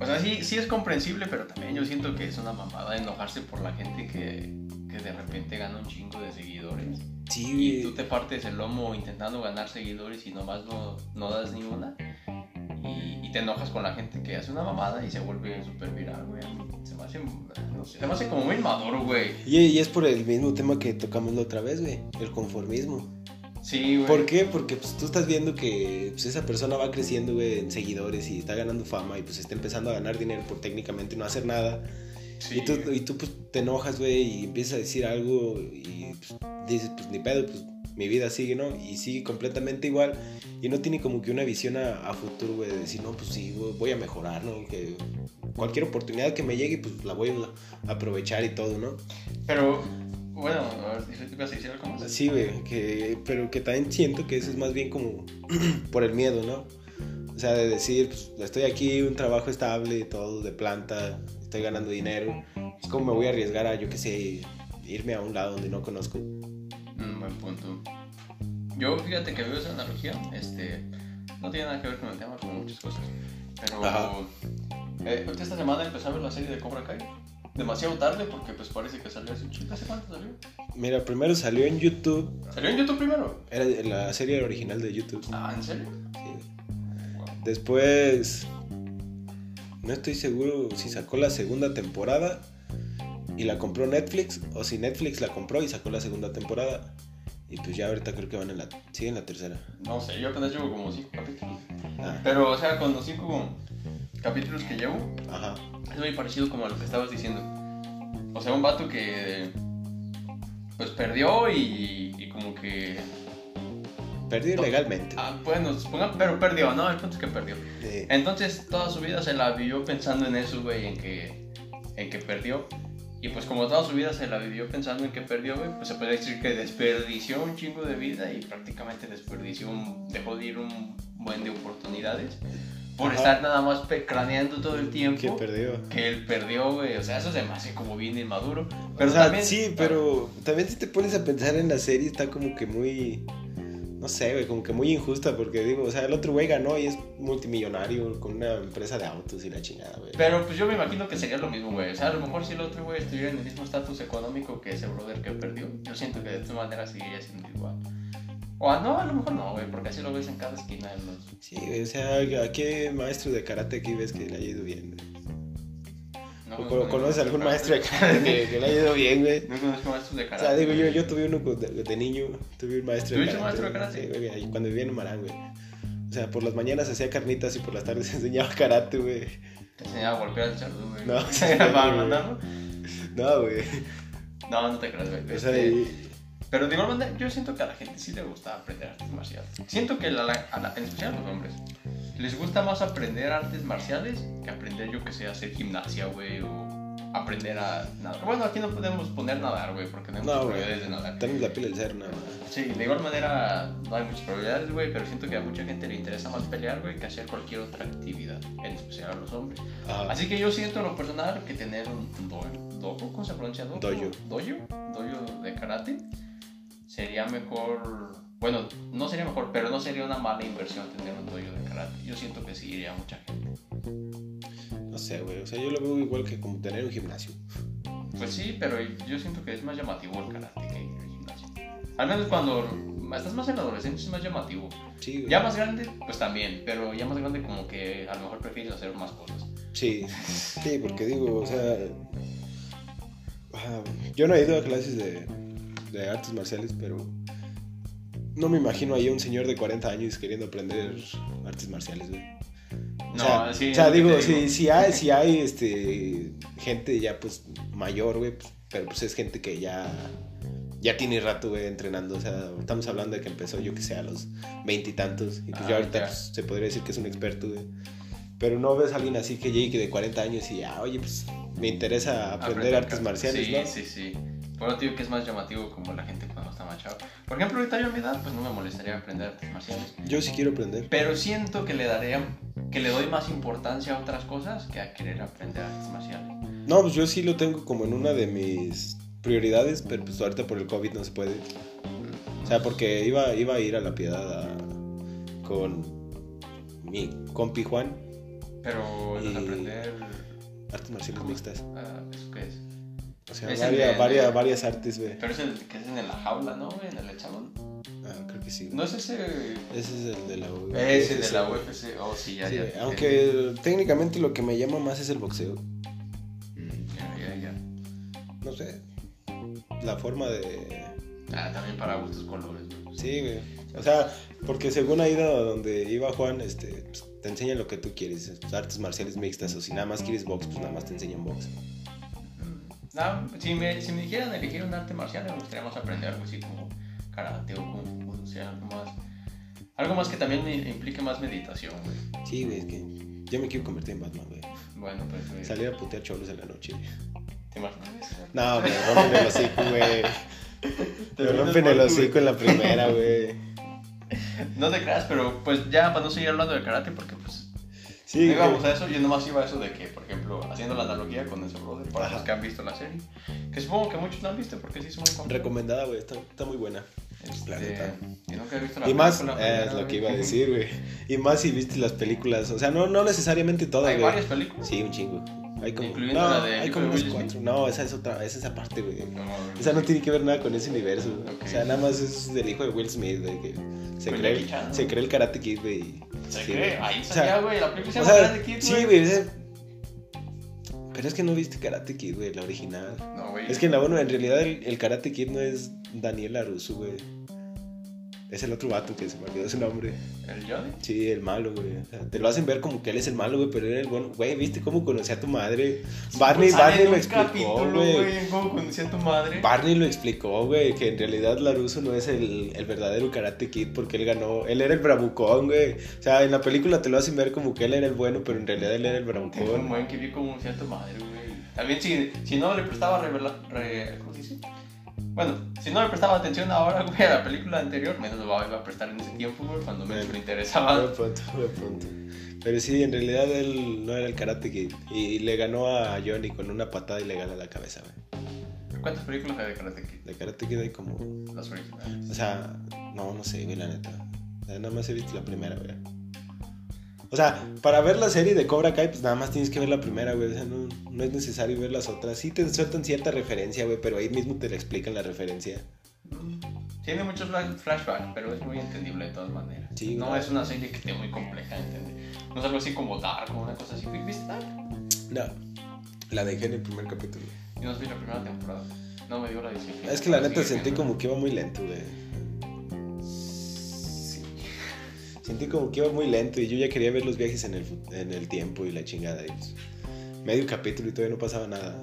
Speaker 2: O sea, sí, sí es comprensible, pero también yo siento que es una mamada enojarse por la gente que, que de repente gana un chingo de seguidores. Y
Speaker 1: Sí,
Speaker 2: tú te partes el lomo intentando ganar seguidores y nomás no, no das ni una. Y, y te enojas con la gente que hace una mamada y se vuelve súper viral, güey. A mí Se me hace. No sé, se me hace como muy inmaduro, güey.
Speaker 1: Y, y es por el mismo tema que tocamos la otra vez, güey, el conformismo.
Speaker 2: Sí, güey.
Speaker 1: ¿Por qué? Porque pues, tú estás viendo que pues, esa persona va creciendo, güey, en seguidores y está ganando fama y pues está empezando a ganar dinero por técnicamente no hacer nada.
Speaker 2: Sí.
Speaker 1: Y, tú, y tú, pues te enojas, güey, y empiezas a decir algo y pues, dices, pues ni pedo, pues mi vida sigue, ¿no? Y sigue completamente igual. Y no tiene como que una visión a, a futuro, güey, de decir, no, pues sí, güey, voy a mejorar, ¿no? Que cualquier oportunidad que me llegue, pues la voy a aprovechar y todo, ¿no?
Speaker 2: Pero, bueno, a ver, ¿te ibas a decir algo más?
Speaker 1: Sí, güey, que, pero que también siento que eso es más bien como [CLEARS THROAT] por el miedo, ¿no? O sea, de decir, pues, estoy aquí, un trabajo estable, todo de planta, estoy ganando dinero. Es como me voy a arriesgar a, yo qué sé, irme a un lado donde no conozco.
Speaker 2: Mm, buen punto. Yo, fíjate que veo esa analogía, este, no tiene nada que ver con el tema, como muchas cosas. Pero,
Speaker 1: Ajá.
Speaker 2: eh, ahorita esta semana empecé a ver la serie de Cobra Kai. Demasiado tarde porque pues parece que salió hace un chingo. ¿Hace cuánto salió?
Speaker 1: Mira, primero salió en YouTube,
Speaker 2: ¿Salió en YouTube primero?
Speaker 1: era de- la serie original de YouTube.
Speaker 2: Ah, ¿en serio?
Speaker 1: sí.
Speaker 2: Wow.
Speaker 1: Después, no estoy seguro si sacó la segunda temporada y la compró Netflix o si Netflix la compró y sacó la segunda temporada. Y pues ya ahorita creo que van en la, siguen la tercera.
Speaker 2: No sé, yo apenas llevo como 5 capítulos.
Speaker 1: Ah,
Speaker 2: Pero, o sea, con los 5 capítulos que llevo,
Speaker 1: ajá.
Speaker 2: Es muy parecido como a lo que estabas diciendo. O sea, un vato que pues perdió y, y como que...
Speaker 1: Perdió ilegalmente.
Speaker 2: Ah, bueno, suponga- pero perdió, ¿no? El punto es que perdió.
Speaker 1: Eh,
Speaker 2: Entonces toda su vida se la vivió pensando en eso, güey, en que, en que perdió. Y pues como toda su vida se la vivió pensando en que perdió, güey, pues se puede decir que desperdició un chingo de vida y prácticamente desperdició, un, dejó de ir un buen de oportunidades por
Speaker 1: Ajá.
Speaker 2: estar nada más pe- craneando todo el tiempo
Speaker 1: que perdió.
Speaker 2: que él perdió, güey. O sea, eso se me hace como bien inmaduro.
Speaker 1: Pero
Speaker 2: Pero
Speaker 1: o sea,
Speaker 2: también,
Speaker 1: sí, pero también si te pones a pensar en la serie está como que muy, no sé, güey, como que muy injusta porque digo, o sea, el otro güey ganó y es multimillonario con una empresa de autos y la chingada, güey.
Speaker 2: Pero pues yo me imagino que sería lo mismo, güey. O sea, a lo mejor si el otro güey estuviera en el mismo estatus económico que ese brother que perdió, yo siento que de todas maneras seguiría siendo igual. O ah, no, a lo mejor no, güey, porque así lo ves en cada esquina de los...
Speaker 1: Sí, güey, o sea, ¿a qué maestro de karate aquí ves que le haya ido bien? güey?
Speaker 2: No
Speaker 1: ¿O
Speaker 2: conozco
Speaker 1: cono- ¿Conoces algún maestro de karate
Speaker 2: karate.
Speaker 1: que, que le haya ido bien, güey?
Speaker 2: No conozco maestros de
Speaker 1: O
Speaker 2: karate.
Speaker 1: sea, digo, yo, yo tuve uno de, de niño, tuve un maestro de
Speaker 2: ¿Tuviste un maestro de karate?
Speaker 1: Sí, güey, ahí cuando vivía en Marán, güey. O sea, por las mañanas hacía carnitas y por las tardes [LAUGHS] enseñaba karate, güey.
Speaker 2: Te enseñaba a golpear al chardu, güey. [LAUGHS]
Speaker 1: No, sí,
Speaker 2: Era para
Speaker 1: güey.
Speaker 2: mandarlo.
Speaker 1: No, güey.
Speaker 2: No, no te creas, güey.
Speaker 1: O sea,
Speaker 2: Este,
Speaker 1: y-
Speaker 2: Pero de igual manera, yo siento que a la gente sí le gusta aprender artes marciales. Siento que la- la- a la- en especial a los hombres les gusta más aprender artes marciales que aprender, yo que sé, hacer gimnasia, güey, o aprender a nadar. Bueno, aquí no podemos poner nadar, güey, porque no hay
Speaker 1: No,
Speaker 2: muchas
Speaker 1: güey.
Speaker 2: probabilidades de nadar.
Speaker 1: tenemos la piel del ser, nada más.
Speaker 2: Sí, de igual manera no hay muchas probabilidades, güey, pero siento que a mucha gente le interesa más pelear, güey, que hacer cualquier otra actividad, en especial a los hombres.
Speaker 1: Ajá.
Speaker 2: Así que yo siento en lo personal que tener un do- dojo, ¿cómo se pronuncia dojo?
Speaker 1: Dojo.
Speaker 2: Dojo, dojo de karate, sería mejor, bueno, no sería mejor, pero no sería una mala inversión tener un dojo de karate. Yo siento que sí iría mucha gente.
Speaker 1: No sé, güey. O sea, yo lo veo igual que como tener un gimnasio.
Speaker 2: Pues sí, pero yo siento que es más llamativo el karate que el gimnasio. Al menos cuando estás más en la adolescencia es más llamativo.
Speaker 1: Sí, güey.
Speaker 2: Ya más grande, pues también, pero ya más grande como que a lo mejor prefieres hacer más cosas.
Speaker 1: Sí. Sí, porque digo, o sea. ah, Yo no he ido a clases de, de artes marciales, pero. No me imagino ahí a un señor de 40 años queriendo aprender artes marciales, güey.
Speaker 2: No,
Speaker 1: O sea,
Speaker 2: sí,
Speaker 1: o
Speaker 2: es
Speaker 1: sea,
Speaker 2: lo que te
Speaker 1: digo, Si, si hay, si hay este, gente ya pues mayor, güey, pues, pero pues es gente que ya, ya tiene rato, güey, entrenando. O sea, estamos hablando de que empezó, yo que sé, a los veintitantos. Y, pues
Speaker 2: Ah,
Speaker 1: ya ahorita
Speaker 2: ya.
Speaker 1: pues, se podría decir que es un experto, güey. Pero no ves a alguien así que llegue de 40 años y ya, oye, pues me interesa aprender artes
Speaker 2: ca-
Speaker 1: marciales,
Speaker 2: sí,
Speaker 1: ¿no?
Speaker 2: Sí, sí, Por lo digo que es más llamativo como la gente cuando está machado. Por ejemplo, ahorita yo a mi edad, pues no me molestaría aprender artes marciales.
Speaker 1: Yo sí quiero aprender.
Speaker 2: Pero siento que le daría, que le doy más importancia a otras cosas que a querer aprender artes marciales.
Speaker 1: No, pues yo sí lo tengo como en una de mis prioridades, pero pues ahorita por el COVID no se puede. O sea, porque iba, iba a ir a la piedad a- con mi compi Juan,
Speaker 2: Pero el
Speaker 1: Y-
Speaker 2: aprender...
Speaker 1: artes marciales
Speaker 2: ¿Cómo?
Speaker 1: mixtas.
Speaker 2: ah, ¿Eso qué es?
Speaker 1: O sea,
Speaker 2: Es
Speaker 1: varias,
Speaker 2: el de-
Speaker 1: varias, varias artes, güey.
Speaker 2: Pero es el que es en la jaula, ¿no? En el echalón.
Speaker 1: Ah, creo que sí. güey.
Speaker 2: No es ese...
Speaker 1: Ese es el de la U-
Speaker 2: Ese de
Speaker 1: UFC,
Speaker 2: la
Speaker 1: güey.
Speaker 2: UFC. Oh, sí, ya,
Speaker 1: Sí,
Speaker 2: ya.
Speaker 1: güey, aunque técnicamente lo que me llama más es el boxeo.
Speaker 2: Mm, Ya, ya, ya.
Speaker 1: No sé. La forma de.
Speaker 2: Ah, también para gustos colores. ¿no?
Speaker 1: Sí, güey. O sea, porque según ahí do- donde iba Juan, este, pues, te enseñan lo que tú quieres, pues, artes marciales mixtas, o si nada más quieres box, pues nada más te enseñan box.
Speaker 2: Nah, si, me, si me dijeran elegir un arte marcial, me gustaría más aprender algo así como karate o kung fu, o sea, algo más. Algo más que también me implique más meditación, güey.
Speaker 1: Sí, güey, es que yo me quiero convertir en Batman, güey.
Speaker 2: Bueno, pues, güey.
Speaker 1: Salir a putear cholos en la noche. güey.
Speaker 2: ¿Te imaginas?
Speaker 1: No, me rompen el hocico,
Speaker 2: [LAUGHS]
Speaker 1: güey. Me rompen el hocico en la primera, güey.
Speaker 2: No te creas, pero pues ya para no seguir hablando de karate, porque pues
Speaker 1: Sí,
Speaker 2: no
Speaker 1: güey.
Speaker 2: íbamos a eso, yo nomás iba a eso de que, por ejemplo, haciendo la analogía con ese brother, para
Speaker 1: Ajá.
Speaker 2: los que han visto la serie, que supongo que muchos la han visto porque sí es muy común.
Speaker 1: Recomendada, güey, está, está muy buena. la neta.
Speaker 2: Y nunca he visto la
Speaker 1: Y más,
Speaker 2: película,
Speaker 1: eh, es
Speaker 2: güey.
Speaker 1: lo que iba a decir, güey. Y más si viste las películas, o sea, no, no necesariamente todas,
Speaker 2: Hay
Speaker 1: güey.
Speaker 2: varias películas.
Speaker 1: Sí, un chingo. Hay como,
Speaker 2: Incluyendo
Speaker 1: no,
Speaker 2: la de
Speaker 1: hay
Speaker 2: Nico
Speaker 1: como
Speaker 2: de
Speaker 1: unas
Speaker 2: Will Smith.
Speaker 1: cuatro. No, esa es otra, esa es aparte, güey.
Speaker 2: No, güey.
Speaker 1: Esa no tiene que ver nada con ese universo. güey.
Speaker 2: Ok.
Speaker 1: O sea, nada más es del hijo de Will Smith, güey, que se
Speaker 2: Con
Speaker 1: cree,
Speaker 2: Jackie Chan, ¿no?
Speaker 1: se cree el Karate Kid, güey. y-
Speaker 2: Se
Speaker 1: sí,
Speaker 2: cree,
Speaker 1: güey.
Speaker 2: ahí
Speaker 1: O
Speaker 2: está
Speaker 1: sea,
Speaker 2: ya, güey, la película se
Speaker 1: o
Speaker 2: llama
Speaker 1: sea,
Speaker 2: Karate Kid,
Speaker 1: sí, güey. o sea, Pero es que no viste Karate Kid, güey, la original.
Speaker 2: No, güey.
Speaker 1: Es que en la bueno, en realidad el, el Karate Kid no es Daniel Laruso, güey. Es el otro vato que se me olvidó su nombre.
Speaker 2: ¿El Johnny?
Speaker 1: Sí, el malo, güey. O sea, te lo hacen ver como que él es el malo, güey, pero él era el bueno. Güey, ¿viste cómo conocí a tu madre? Barney,
Speaker 2: Pues Sale
Speaker 1: Barney
Speaker 2: en
Speaker 1: lo
Speaker 2: un
Speaker 1: explicó,
Speaker 2: capítulo,
Speaker 1: güey.
Speaker 2: ¿Cómo conocí a tu madre?
Speaker 1: Barney lo explicó, güey, que en realidad Laruso no es el, el verdadero Karate Kid porque él ganó. Él era el bravucón, güey. O sea, en la película te lo hacen ver como que él era el bueno, pero en realidad él era el
Speaker 2: Tengo un
Speaker 1: bravucón.
Speaker 2: buen que vi como un cierto madre, güey. También si, si no le prestaba revela- re- ¿cómo se dice? Bueno, si no le prestaba atención ahora, [LAUGHS] güey, a la película anterior, menos lo iba a prestar en ese tiempo, güey, cuando menos
Speaker 1: Bueno.
Speaker 2: me
Speaker 1: Buen
Speaker 2: interesaba.
Speaker 1: punto, buen punto. Pero sí, en realidad él no era el Karate Kid. Y le ganó a Johnny con una patada y le gana la cabeza, güey.
Speaker 2: ¿Cuántas películas hay de Karate Kid?
Speaker 1: De Karate Kid hay como...
Speaker 2: Las originales.
Speaker 1: O sea, no, no sé, güey, la neta. O sea, nada más he visto la primera, güey. O sea, para ver la serie de Cobra Kai, pues nada más tienes que ver la primera, güey. O sea, no, no es necesario ver las otras. Sí te sueltan cierta referencia, güey, pero ahí mismo te la explican la referencia.
Speaker 2: Mm, Tiene muchos flash- flashbacks, pero es muy entendible de todas maneras.
Speaker 1: Sí,
Speaker 2: no
Speaker 1: güey.
Speaker 2: es una serie que esté muy compleja de entender. No es algo así como Dark o una cosa así. ¿Viste Dark?
Speaker 1: No, la dejé en el primer capítulo.
Speaker 2: Yo no vi la primera temporada. No me dio la disciplina.
Speaker 1: Es que la
Speaker 2: para
Speaker 1: neta
Speaker 2: seguir
Speaker 1: sentí
Speaker 2: viendo.
Speaker 1: como que iba muy lento, güey.
Speaker 2: Sí.
Speaker 1: Sentí como que iba muy lento y yo ya quería ver los viajes en el, fu- en el tiempo y la chingada. y pues, medio capítulo y todavía no pasaba nada.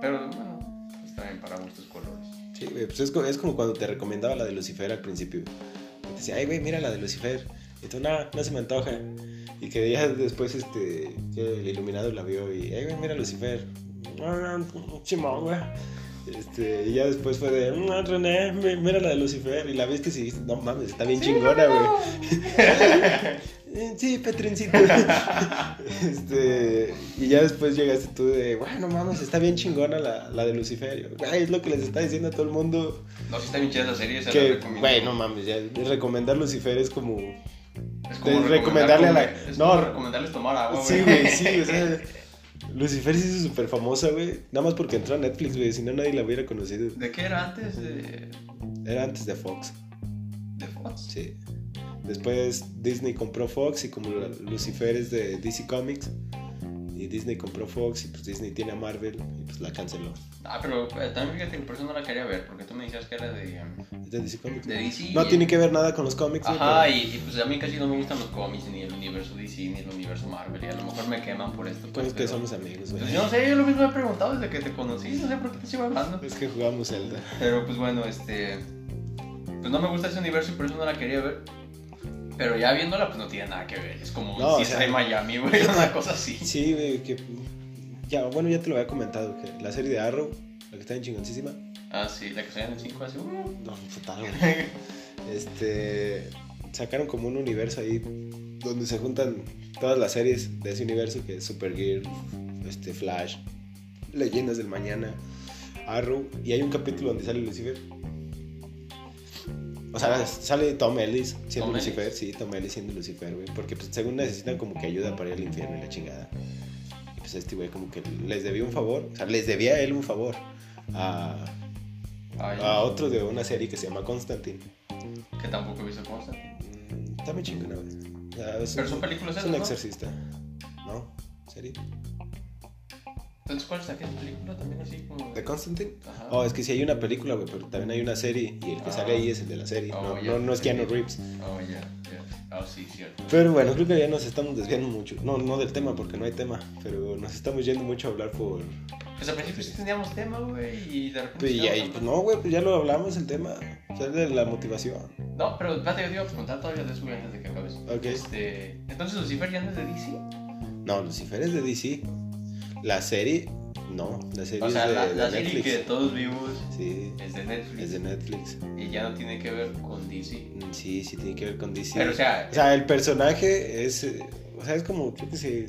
Speaker 2: Pero bueno, está bien para gustos colores.
Speaker 1: Sí, güey, pues es, co- es como cuando te recomendaba la de Lucifer al principio. Te decía, ay, güey, mira la de Lucifer. Y tú, no, no se me antoja. Y que ya después este, que el iluminado la vio y, ay, güey, mira Lucifer. "Ah, Chimón, güey. Este, y ya después fue de, "Ah, René, mi- mira la de Lucifer. Y la viste y dijiste, no mames, está bien chingona, güey. Eh, [LAUGHS] Sí, Petrincito. este, y ya después llegaste tú de, bueno, mames, está bien chingona la, la de Lucifer. Y yo, "Güey, es lo que les está diciendo a todo el mundo.
Speaker 2: No, si está bien chida esa serie, se la
Speaker 1: que,
Speaker 2: recomiendo.
Speaker 1: güey, no mames, ya, recomendar Lucifer es como...
Speaker 2: es
Speaker 1: de- recomendarle a la-
Speaker 2: comer- es
Speaker 1: no,
Speaker 2: como
Speaker 1: re-
Speaker 2: recomendarles tomar agua,
Speaker 1: Sí, güey, sí, o sea... Lucifer se hizo súper famosa, güey. Nada más porque entró a Netflix, güey. Si no, nadie la hubiera conocido.
Speaker 2: [LAUGHS] ¿De qué era antes? De,
Speaker 1: Era antes de Fox,
Speaker 2: de Fox.
Speaker 1: sí. Después Disney compró Fox y como la- Lucifer es de DC Comics. Y Disney compró Fox y pues Disney tiene a Marvel y pues la canceló.
Speaker 2: Ah, pero eh, también fíjate que por eso no la quería ver, porque tú me decías que era de. um,
Speaker 1: Es de DC Comics.
Speaker 2: De DC.
Speaker 1: No tiene que ver nada con los cómics. güey,
Speaker 2: Ajá,
Speaker 1: pero-
Speaker 2: y, y pues a mí casi no me gustan los cómics, ni el universo DC, ni el universo Marvel, y a lo mejor me queman por esto.
Speaker 1: Pues
Speaker 2: Pues,
Speaker 1: es que
Speaker 2: pero-
Speaker 1: somos amigos, güey.
Speaker 2: Pues yo no sé, yo lo mismo he preguntado desde que te conocí, no sé por qué te sigo hablando.
Speaker 1: Es que jugamos Zelda.
Speaker 2: Pero pues bueno, este. Pues no me gusta ese universo y por eso no la quería ver. Pero ya viéndola, pues no tiene nada que ver. Es como
Speaker 1: No,
Speaker 2: si
Speaker 1: o sea-
Speaker 2: está en Miami, güey, [LAUGHS] una cosa así.
Speaker 1: Sí, güey, que. Ya, bueno, ya te lo había comentado, que la serie de Arrow, la que está en chingoncísima.
Speaker 2: Ah, sí, la que salía en el 5 así. uh.
Speaker 1: No, fatal, güey. [LAUGHS] Este. Sacaron como un universo ahí donde se juntan todas las series de ese universo que es Supergirl, este, Flash, Leyendas del Mañana, Arrow, y hay un capítulo donde sale Lucifer. O sea, sale Tom Ellis siendo
Speaker 2: Tom Ellis.
Speaker 1: Lucifer, sí, Tom Ellis siendo Lucifer, güey, porque pues, según necesitan como que ayuda para ir al infierno y la chingada. Y pues este güey como que les debía un favor, o sea, les debía a él un favor a,
Speaker 2: Ay,
Speaker 1: a otro de una serie que se llama Constantine.
Speaker 2: que tampoco he visto Constantine.
Speaker 1: Mm, Está muy chingona, güey. O sea, es
Speaker 2: Pero
Speaker 1: un-
Speaker 2: son películas
Speaker 1: Es
Speaker 2: esas,
Speaker 1: un
Speaker 2: ¿no?
Speaker 1: exorcista. ¿No? ¿Serie?
Speaker 2: Entonces, ¿cuál es aquella película también así como.?
Speaker 1: ¿De Constantine?
Speaker 2: Ajá.
Speaker 1: Oh, es que sí hay una película, güey, pero también hay una serie y el que
Speaker 2: Ah.
Speaker 1: sale ahí es el de la serie.
Speaker 2: Oh,
Speaker 1: no,
Speaker 2: ya.
Speaker 1: no, no es Keanu Reeves.
Speaker 2: Oh, ya, ya. Ah, sí, cierto.
Speaker 1: Pero bueno, creo que ya nos estamos desviando mucho. No, no del tema, porque no hay tema. Pero nos estamos yendo mucho a hablar por,
Speaker 2: Pues al principio sí teníamos tema, güey, y de repente...
Speaker 1: Pues, y
Speaker 2: ya
Speaker 1: ahí,
Speaker 2: no,
Speaker 1: pues, no, güey, pues ya lo hablamos el tema. O sea, de la motivación.
Speaker 2: No, pero espérate, yo te iba a preguntar todavía de eso, güey, antes de que acabes.
Speaker 1: Ok.
Speaker 2: Este, entonces Lucifer ya no es de DC.
Speaker 1: No, Lucifer es de DC. La serie, no. La serie
Speaker 2: O sea,
Speaker 1: es de,
Speaker 2: la,
Speaker 1: de
Speaker 2: la serie
Speaker 1: Netflix.
Speaker 2: que todos vimos
Speaker 1: Sí,
Speaker 2: es de Netflix.
Speaker 1: es de Netflix.
Speaker 2: Y ya no tiene que ver con DC.
Speaker 1: Mm, Sí, sí, tiene que ver con DC.
Speaker 2: Pero, o sea,
Speaker 1: O sea, el personaje es. eh, O sea, es como, yo qué sé.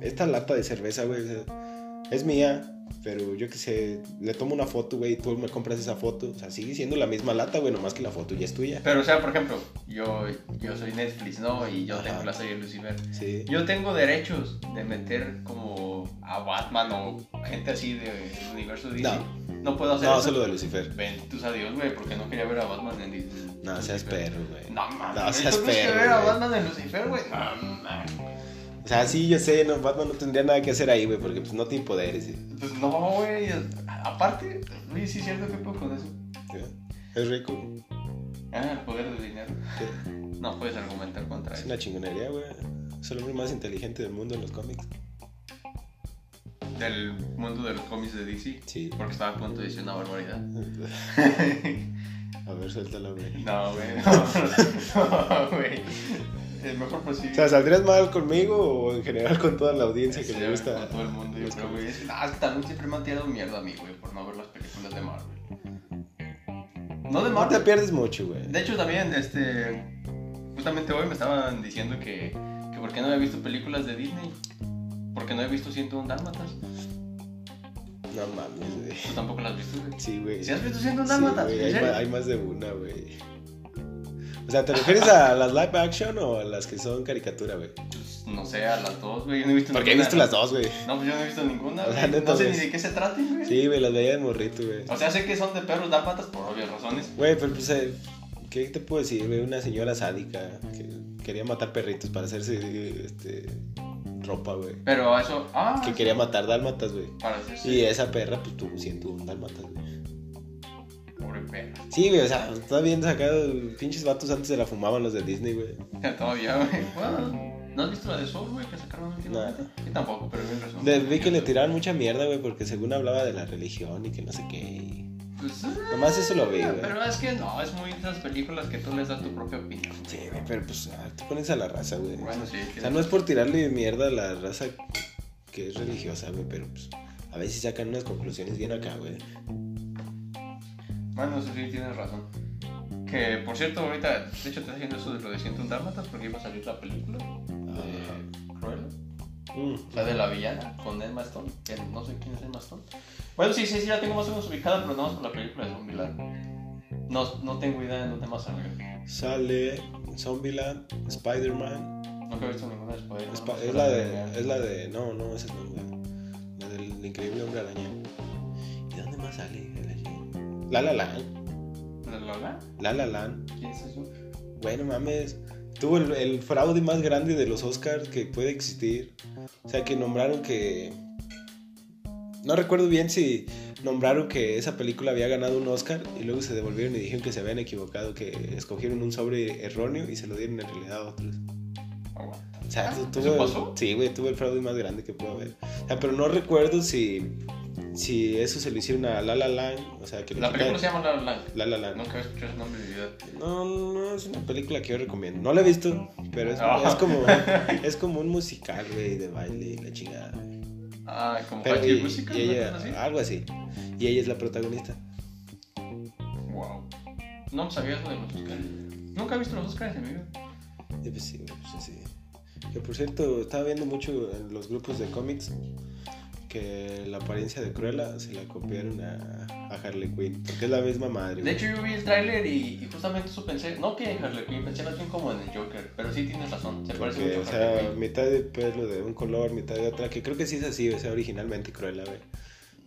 Speaker 1: Esta lata de cerveza, güey. o sea, es mía, pero yo qué sé. Le tomo una foto, güey, y tú me compras esa foto. O sea, sigue siendo la misma lata, güey, nomás que la foto ya es tuya.
Speaker 2: pero, o sea, por ejemplo, yo, yo soy Netflix, ¿no? Y yo tengo
Speaker 1: Ajá.
Speaker 2: la serie Lucifer.
Speaker 1: Sí.
Speaker 2: Yo tengo derechos de meter como a Batman o gente así del universo DC.
Speaker 1: No.
Speaker 2: No puedo hacer
Speaker 1: No,
Speaker 2: eso.
Speaker 1: solo de Lucifer.
Speaker 2: Ven, tú a Dios, güey, porque no quería ver a Batman en DC.
Speaker 1: No, seas perro, güey.
Speaker 2: No mames,
Speaker 1: No, seas
Speaker 2: tuviste que
Speaker 1: perro,
Speaker 2: ver a
Speaker 1: güey.
Speaker 2: Batman en Lucifer, güey. No mames.
Speaker 1: O sea, sí, yo sé, no, Batman no tendría nada que hacer ahí, güey, porque pues no tiene poderes. ¿sí?
Speaker 2: Pues no, güey. Aparte, güey, sí es cierto que puedo con eso.
Speaker 1: Es rico.
Speaker 2: Ah, el poder del dinero.
Speaker 1: sí.
Speaker 2: No puedes argumentar contra
Speaker 1: Es
Speaker 2: eso.
Speaker 1: una chingonería, güey. Es el hombre más inteligente del mundo en los cómics.
Speaker 2: Del mundo de los cómics de DC.
Speaker 1: Sí.
Speaker 2: Porque estaba a punto de decir
Speaker 1: [LAUGHS]
Speaker 2: una barbaridad.
Speaker 1: A ver, suéltalo, güey.
Speaker 2: no, [LAUGHS] güey. No, güey. El mejor posible.
Speaker 1: O sea, ¿saldrías mal conmigo o en general con toda la audiencia que
Speaker 2: Sí,
Speaker 1: le gusta?
Speaker 2: con todo el mundo, yo
Speaker 1: los
Speaker 2: creo, güey.
Speaker 1: cómics?
Speaker 2: Es que, ah, es que también siempre me han tirado mierda a mí, güey, por no ver las películas de Marvel. No
Speaker 1: No te
Speaker 2: de Marvel,
Speaker 1: pierdes mucho, güey.
Speaker 2: De hecho, también, este. Justamente hoy me estaban diciendo que. que por qué no he visto películas de Disney. Porque no he visto 101 Dálmatas.
Speaker 1: No mames, güey.
Speaker 2: Tú tampoco las has visto, güey.
Speaker 1: Sí, güey.
Speaker 2: Si has visto 101
Speaker 1: Sí,
Speaker 2: Dálmatas,
Speaker 1: güey,
Speaker 2: ¿en
Speaker 1: hay,
Speaker 2: serio?
Speaker 1: ma- hay más de una, güey. O sea, ¿te refieres a las live action o a las que son caricatura, güey?
Speaker 2: Pues, no sé, a las dos, güey. Yo no he visto
Speaker 1: Porque he visto las dos, güey.
Speaker 2: No, pues yo no he visto
Speaker 1: [LAUGHS]
Speaker 2: ninguna.
Speaker 1: O sea,
Speaker 2: güey.
Speaker 1: neta,
Speaker 2: no sé ni
Speaker 1: güey.
Speaker 2: de qué se trata, güey.
Speaker 1: Sí, güey, las veía de morrito, güey.
Speaker 2: O sea, sé que son de perros Dálmatas por obvias razones.
Speaker 1: Güey, pero pues, eh, ¿qué te puedo decir, güey? Una señora sádica que quería matar perritos para hacerse eh, este, ropa, güey.
Speaker 2: Pero a eso. Ah,
Speaker 1: Que quería matar dálmatas, güey.
Speaker 2: para hacerse.
Speaker 1: Y esa perra, pues tuvo 101 dálmatas, güey.
Speaker 2: Pobre perro.
Speaker 1: Sí, güey, o sea, está bien sacado. Pinches vatos antes se la fumaban los de Disney, güey.
Speaker 2: [LAUGHS] Todavía, güey. Bueno, ¿No has visto la de Soul, güey? Que sacaron últimamente. Yo tampoco, pero bien razón.
Speaker 1: Le- Vi que le tiraban mucha mierda, güey, porque según hablaba de la religión y que no sé qué. y-
Speaker 2: Pues,
Speaker 1: Nomás eso lo vi,
Speaker 2: ah,
Speaker 1: güey.
Speaker 2: Pero es que no, es muy de esas películas que tú les das tu propia opinión.
Speaker 1: Sí, güey, pero pues ah, te pones a la raza, güey.
Speaker 2: Bueno, sí.
Speaker 1: O sea, no es por tirarle mierda a la raza que es religiosa, güey, pero pues a veces sacan unas conclusiones bien acá, güey.
Speaker 2: Bueno, sí, sí, tienes razón. Que, por cierto, ahorita, de hecho, te está haciendo eso de lo de 101 Dálmatas porque iba a salir la película de Cruella.
Speaker 1: Ah, Mm.
Speaker 2: La de la villana con Emma Stone. que no sé quién es Emma Stone. Bueno, sí, sí, sí, la tengo más o menos ubicada, pero nada más por la película de Zombieland. No, no tengo idea de dónde más salió.
Speaker 1: Sale Zombieland, Spider-Man.
Speaker 2: Nunca he visto ninguna de Spider-Man.
Speaker 1: Sp-
Speaker 2: más que
Speaker 1: es, la
Speaker 2: villana.
Speaker 1: de, es la de. No, no, esa es no, güey. La del increíble hombre araña. ¿Y dónde más sale? La La Land.
Speaker 2: ¿La de Lola?
Speaker 1: La La Land.
Speaker 2: ¿Quién es eso?
Speaker 1: Bueno, mames. Tuvo el, el fraude más grande de los Oscars que puede existir. O sea, que nombraron que. No recuerdo bien si nombraron que esa película había ganado un Oscar y luego se devolvieron y dijeron que se habían equivocado, que escogieron un sobre erróneo y se lo dieron en realidad a otros.
Speaker 2: Aguanta.
Speaker 1: O sea, tu- tuve,
Speaker 2: Ah, ¿Eso pasó?
Speaker 1: Sí, güey, tuve el fraude más grande que pudo haber. O sea, pero no recuerdo si, si eso se lo hicieron a La La Land. O sea, que le
Speaker 2: La película
Speaker 1: quitaron-
Speaker 2: se llama La La Land.
Speaker 1: La La Land.
Speaker 2: Nunca había escuchado ese nombre en mi vida.
Speaker 1: No, no, es una película que yo recomiendo. No la he visto, pero es,
Speaker 2: No.
Speaker 1: es
Speaker 2: [LAUGHS]
Speaker 1: como, es como un musical, güey, de baile y la chingada. güey.
Speaker 2: Ah, como
Speaker 1: Pero
Speaker 2: High School
Speaker 1: y-
Speaker 2: Musical,
Speaker 1: y
Speaker 2: ¿no?
Speaker 1: ella- ah.
Speaker 2: ¿Así?
Speaker 1: algo así. Y ella es la protagonista.
Speaker 2: Wow. No sabía eso de los Oscars. Nunca he visto los Oscars en mi vida.
Speaker 1: Y pues sí, güey, pues así. Que por cierto, estaba viendo mucho en los grupos de cómics que la apariencia de Cruella se la copiaron a, a Harley Quinn, porque es la misma madre.
Speaker 2: De
Speaker 1: güey.
Speaker 2: hecho, yo vi el tráiler y, y justamente eso pensé. No que en Harley Quinn, pensé más bien como en el Joker. Pero sí tienes razón, se parece
Speaker 1: Porque, o
Speaker 2: mucho a Harley
Speaker 1: sea, mitad de pelo de un color, mitad de otra, que creo que sí es así, o sea, originalmente Cruella, güey.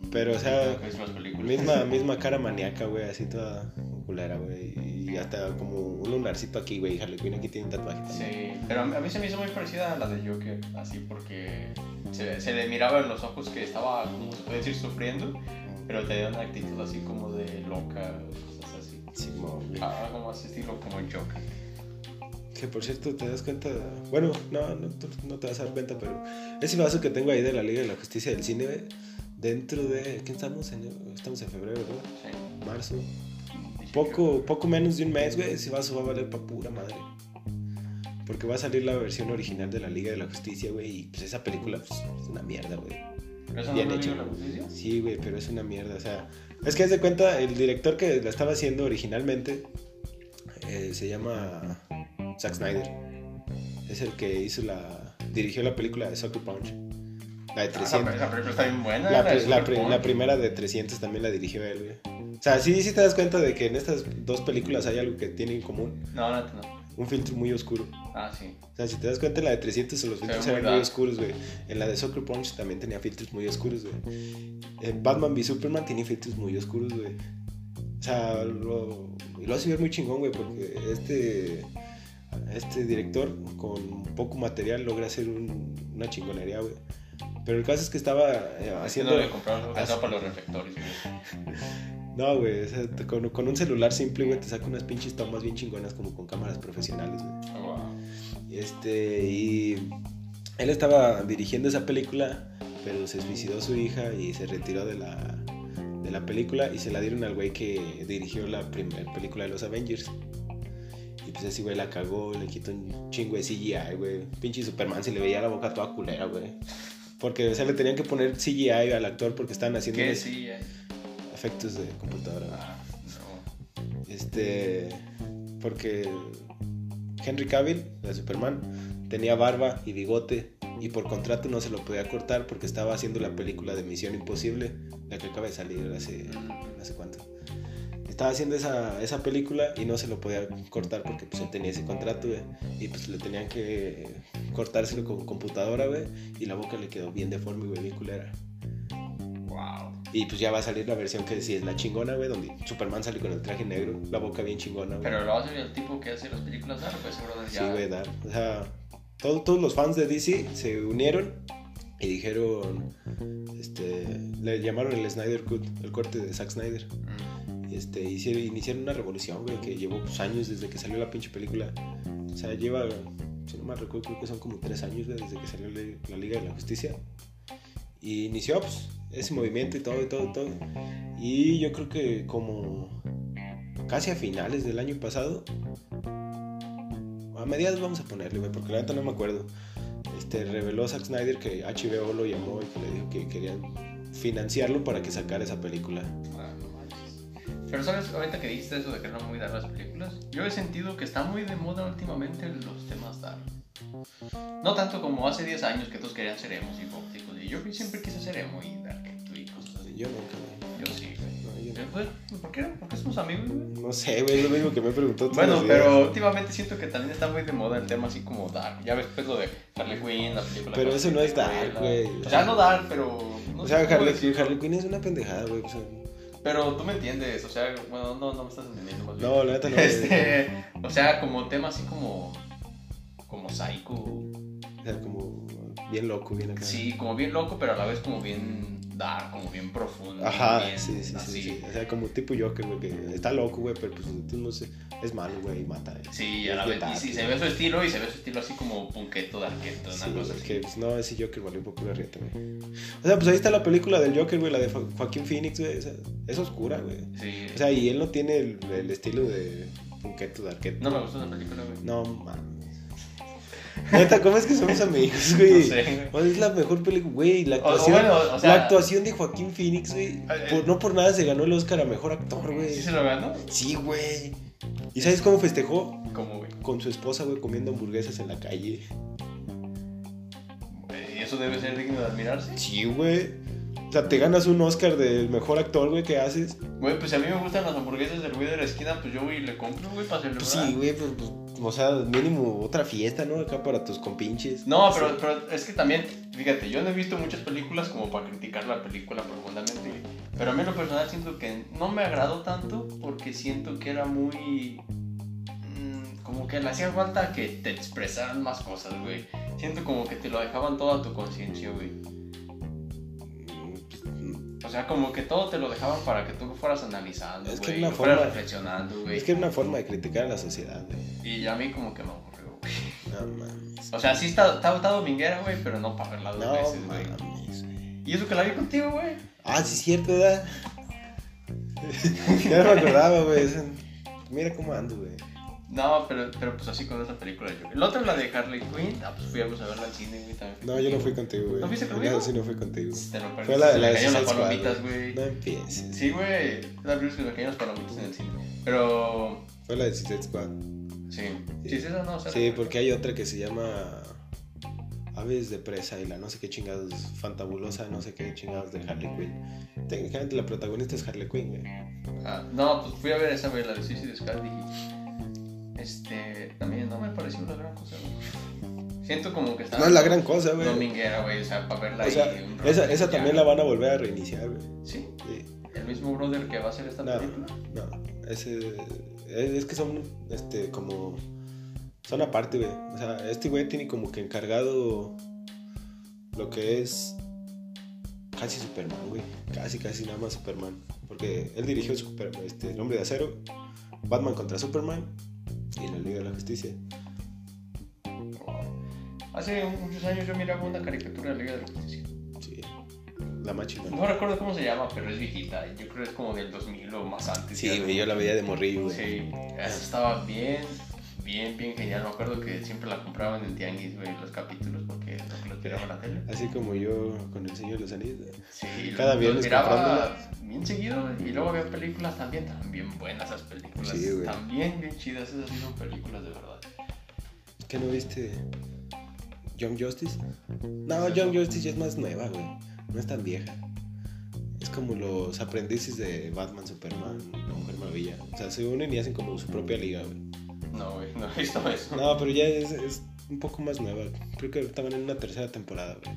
Speaker 2: Quinn.
Speaker 1: pero, o sea,
Speaker 2: Creo que es más película.
Speaker 1: Misma, misma cara maníaca, güey, así toda culera, güey. Y hasta como un lunarcito aquí, güey. Harley Quinn aquí tiene un tatuaje también.
Speaker 2: Sí, pero a mí, a mí se me hizo muy parecida a la de Joker, así porque se, se le miraba en los ojos que estaba, como se puede decir, sufriendo, pero tenía una actitud así como de loca, cosas así. Ah,
Speaker 1: Sí, mo, güey.
Speaker 2: Algo más estilo como el Joker.
Speaker 1: Que por cierto, te das cuenta. Bueno, no, no, tú no te vas a dar cuenta, pero ese vaso que tengo ahí de la Liga de la Justicia del Cine, güey, dentro de... ¿Quién estamos? En, estamos en febrero, ¿verdad?
Speaker 2: Sí.
Speaker 1: Marzo.
Speaker 2: Dice
Speaker 1: Poco, poco menos de un mes, güey, ese vaso va a valer pa' pura madre. Porque va a salir la versión original de la Liga de la Justicia, güey, y pues esa película pues, es una mierda, güey.
Speaker 2: que- ¿Pero eso no
Speaker 1: bien
Speaker 2: lo
Speaker 1: hecho.
Speaker 2: digo la justicia?
Speaker 1: Sí, güey, pero es una mierda. O sea, es que haz de cuenta, el director que la estaba haciendo originalmente eh, se llama Zack Snyder. Es el que hizo la. dirigió la película de Sucker Punch. La de
Speaker 2: Ah,
Speaker 1: 300.
Speaker 2: esa pe- esa película está bien buena.
Speaker 1: La,
Speaker 2: la de
Speaker 1: pri- la
Speaker 2: Super
Speaker 1: pri-
Speaker 2: Punk.
Speaker 1: la primera de 300 también la dirigió él, güey. O sea, sí, sí te das cuenta de que en estas dos películas hay algo que tienen en común.
Speaker 2: No, no, no.
Speaker 1: Un filtro muy oscuro.
Speaker 2: Ah, sí.
Speaker 1: O sea, si te das cuenta, en la de 300 los filtros
Speaker 2: muy
Speaker 1: eran muy
Speaker 2: dark.
Speaker 1: oscuros, güey. En la de Soccer Punch también tenía filtros muy oscuros, güey. En Batman v Superman tiene filtros muy oscuros, güey. O sea, lo, lo hace ver muy chingón, güey, porque este, este director con poco material logra hacer un- una chingonería, güey. Pero el caso es que estaba eh, haciendo...
Speaker 2: Haciéndole comprar algo
Speaker 1: hace-
Speaker 2: para los reflectores. güey.
Speaker 1: No, güey, o sea, te- con, con un celular simple, güey, te saca unas pinches tomas bien chingonas como con cámaras profesionales, güey.
Speaker 2: Oh, Wow.
Speaker 1: Este, y él estaba dirigiendo esa película, pero se suicidó su hija y se retiró de la, de la película y se la dieron al güey que dirigió la primera película de los Avengers. Y pues ese güey la cagó, le quitó un chingo de CGI, güey. Pinche Superman se le veía la boca toda culera, güey. Porque, o sea, le tenían que poner CGI al actor porque estaban haciendo
Speaker 2: ¿Qué sí? eh?
Speaker 1: efectos de computadora. güey.
Speaker 2: Ah, no.
Speaker 1: Este. Porque Henry Cavill, de Superman, tenía barba y bigote. Y por contrato no se lo podía cortar porque estaba haciendo la película de Misión Imposible, la que acaba de salir hace. no sé cuánto. Estaba haciendo esa, esa película y no se lo podía cortar porque pues, él tenía ese contrato, güey. Y pues le tenían que cortárselo con computadora, güey. Y la boca le quedó bien deforme, güey, bien culera.
Speaker 2: Wow.
Speaker 1: Y pues ya va a salir la versión que sí es la chingona, güey, donde Superman sale con el traje negro, la boca bien chingona, güey.
Speaker 2: Pero lo hace el tipo que hace las películas, ¿no? Pues seguro
Speaker 1: Sí,
Speaker 2: ya.
Speaker 1: güey, dar. O sea, todo- todos los fans de DC se unieron y dijeron, este, le llamaron el Snyder Cut, el corte de Zack Snyder.
Speaker 2: Mm.
Speaker 1: Este, hicieron, iniciaron una revolución, güey, que llevó pues, años desde que salió la pinche película. O sea, lleva, si no me recuerdo, creo que son como tres años, güey, desde que salió la, la Liga de la Justicia. Y inició, pues, ese movimiento y todo, y todo, y todo. Y yo creo que como casi a finales del año pasado, a mediados vamos a ponerle, güey, porque la neta no me acuerdo. Este, reveló Zack Snyder que HBO lo llamó y que le dijo que querían financiarlo para que sacara esa película.
Speaker 2: Ah, no manches. Pero sabes, ahorita que dijiste eso de que no muy dar las películas, yo he sentido que está muy de moda últimamente los temas dar. No tanto como hace 10 años que todos querían ser emos y pop, chicos, Y yo siempre quise ser emo y dark y cosas así.
Speaker 1: Yo nunca, güey.
Speaker 2: Yo sí, güey.
Speaker 1: No, yo no.
Speaker 2: Pero, pues, ¿Por qué? ¿Por qué somos amigos, güey?
Speaker 1: No sé, güey, es lo mismo que me preguntó. todos
Speaker 2: Bueno,
Speaker 1: los días.
Speaker 2: pero últimamente siento que también está muy de moda el tema así como dark. Ya ves, pues lo de Harley Quinn, la película.
Speaker 1: Pero
Speaker 2: que
Speaker 1: eso
Speaker 2: hace
Speaker 1: no es
Speaker 2: Harley
Speaker 1: dark,
Speaker 2: Quinn, la-
Speaker 1: güey.
Speaker 2: O sea, no dark, pero. no
Speaker 1: O
Speaker 2: sé
Speaker 1: sea,
Speaker 2: cómo
Speaker 1: Harley,
Speaker 2: decirlo.
Speaker 1: Harley Quinn es una pendejada, güey. o sea,
Speaker 2: Pero tú me entiendes, o sea, bueno, no, no me estás entendiendo más bien.
Speaker 1: no, [LAUGHS] la neta no. güey.
Speaker 2: Este, o sea, como tema así como. Como psycho.
Speaker 1: O sea, como bien loco, bien acá.
Speaker 2: Sí, como bien loco, pero a la vez como bien dark, como bien profundo.
Speaker 1: Ajá,
Speaker 2: bien
Speaker 1: sí, sí, sí,
Speaker 2: así.
Speaker 1: sí. O sea, como tipo Joker, güey, que está loco, güey, pero pues no sé, es malo, güey, y mata. eh.
Speaker 2: Sí, a la
Speaker 1: Es
Speaker 2: vez.
Speaker 1: bien
Speaker 2: Y sí,
Speaker 1: dark,
Speaker 2: se
Speaker 1: güey.
Speaker 2: ve su estilo y se ve su estilo así como punqueto, darketo, una
Speaker 1: Sí,
Speaker 2: cosa
Speaker 1: porque,
Speaker 2: así.
Speaker 1: pues, no, ese Joker valió un poco la rieta, güey. O sea, pues ahí está la película del Joker, güey, la de Jo- Joaquín Phoenix, güey. o sea, es oscura, güey.
Speaker 2: Sí.
Speaker 1: O sea, y él no tiene el, el estilo de Punketo de Arquette.
Speaker 2: no me gusta esa película, güey.
Speaker 1: No mames. Neta, ¿cómo es que somos amigos, güey?
Speaker 2: No sé,
Speaker 1: O sea, es la mejor película, güey. La
Speaker 2: O- o
Speaker 1: actuación,
Speaker 2: bueno, o sea-
Speaker 1: la actuación de Joaquín Phoenix, güey.
Speaker 2: Ah, eh.
Speaker 1: por- no por nada se ganó el Oscar a mejor actor,
Speaker 2: güey.
Speaker 1: güey.
Speaker 2: ¿Sí se lo ganó?
Speaker 1: Sí, güey. ¿Y sabes cómo festejó?
Speaker 2: ¿Cómo, güey?
Speaker 1: Con su esposa, güey, comiendo hamburguesas en la calle.
Speaker 2: Eh, ¿Eso debe ser digno de admirarse?
Speaker 1: Sí, güey. O sea, te ganas un Oscar del mejor actor, güey, que haces.
Speaker 2: Güey, pues si a mí me gustan las hamburguesas del güey de la esquina, pues yo voy y le compro, güey, para celebrar.
Speaker 1: Pues sí, güey, pues, pues, o sea, mínimo otra fiesta, ¿no? Acá para tus compinches.
Speaker 2: No, pero, pero es que también, fíjate, yo no he visto muchas películas como para criticar la película profundamente, pero a mí en lo personal siento que no me agradó tanto porque siento que era muy... mm, Como que le hacía falta que te expresaran más cosas, güey. Siento como que te lo dejaban todo a tu conciencia, güey.
Speaker 1: Pues
Speaker 2: O sea, como que todo te lo dejaban para que tú fueras analizando,
Speaker 1: Es que
Speaker 2: güey.
Speaker 1: es una
Speaker 2: lo fueras
Speaker 1: forma-
Speaker 2: reflexionando, güey.
Speaker 1: Es que es una forma de criticar a la sociedad, güey.
Speaker 2: Y a mí como que me aburrió, güey.
Speaker 1: No mames.
Speaker 2: O sea, sí está, está, está dominguera, güey, pero no para verla dos
Speaker 1: No
Speaker 2: veces, güey.
Speaker 1: mames, güey.
Speaker 2: Y eso que la vi contigo, güey.
Speaker 1: Ah, sí, es cierto, ¿verdad?
Speaker 2: [LAUGHS]
Speaker 1: ya no me acordaba, güey. Es- [LAUGHS] Mira cómo ando, güey.
Speaker 2: No, pero, pero pues así con esa película yo. La otra, la de Harley Quinn. Ah, pues fuimos a verla al cine, güey, también.
Speaker 1: No, yo no fui contigo, güey.
Speaker 2: ¿No fuiste conmigo?
Speaker 1: No, sí, no fui contigo.
Speaker 2: Te lo
Speaker 1: Fue
Speaker 2: perdiste,
Speaker 1: la de la de
Speaker 2: se me cayeron
Speaker 1: Suicide
Speaker 2: las
Speaker 1: Squad,
Speaker 2: palomitas,
Speaker 1: güey.
Speaker 2: güey.
Speaker 1: No empieces.
Speaker 2: Sí, güey. Es la película que me cayeron las palomitas Pues en el cine. Pero...
Speaker 1: Fue la de Suicide Squad.
Speaker 2: Sí.
Speaker 1: Sí.
Speaker 2: Sí, es esa, no, o sea...
Speaker 1: Sí, porque hay otra que se llama Aves de Presa y la no sé qué chingados, fantabulosa, no sé qué chingados de Harley Quinn. Técnicamente la protagonista es Harley Quinn, güey.
Speaker 2: Ah, no, pues fui a ver esa, güey, la de Suicide Squad y... Este... También no me pareció la gran cosa, güey. Siento como que estaba...
Speaker 1: No es la gran cosa, güey.
Speaker 2: Dominguera, güey, o sea, para verla
Speaker 1: O sea,
Speaker 2: ahí un rato
Speaker 1: esa,
Speaker 2: y
Speaker 1: esa
Speaker 2: ya.
Speaker 1: también la van a volver a reiniciar, güey.
Speaker 2: Sí,
Speaker 1: Sí.
Speaker 2: el mismo brother que va a hacer esta
Speaker 1: No,
Speaker 2: película.
Speaker 1: no. Ese, eh, es, es que son, este, como... Son aparte, güey. O sea, este güey tiene como que encargado lo que es casi Superman, güey. Casi, casi nada más Superman. Porque él dirigió Super- este, El Hombre de Acero, Batman contra Superman y la Liga de la Justicia.
Speaker 2: Hace un- muchos años yo miraba una caricatura de la Liga de la Justicia.
Speaker 1: Sí. La más chingona.
Speaker 2: No recuerdo cómo se llama, pero es viejita. Yo creo que es como del 2000 o más antes.
Speaker 1: Sí,
Speaker 2: ya,
Speaker 1: güey, yo la veía de morrillo, güey.
Speaker 2: Sí, esa estaba bien, bien, bien genial. Me acuerdo que siempre la compraba en el tianguis, güey, los capítulos, porque es lo que los tiraba en la tele.
Speaker 1: Así como yo con el Señor de los Anillos.
Speaker 2: Sí,
Speaker 1: Cada
Speaker 2: los
Speaker 1: viernes
Speaker 2: miraba
Speaker 1: comprándola.
Speaker 2: bien seguido. güey, Y luego había películas también, también buenas esas películas.
Speaker 1: Sí, güey.
Speaker 2: también bien chidas, esas sí son películas de verdad.
Speaker 1: ¿Qué no viste? ¿Young Justice? No,
Speaker 2: ¿Es eso?
Speaker 1: Young Justice ya es más nueva, güey. No es tan vieja. Es como los aprendices de Batman, Superman, La Mujer Maravilla. O sea, se unen y hacen como su propia liga, güey.
Speaker 2: No, güey, no he visto eso.
Speaker 1: No, pero ya es, es un poco más nueva. Creo que estaban en una tercera temporada, güey.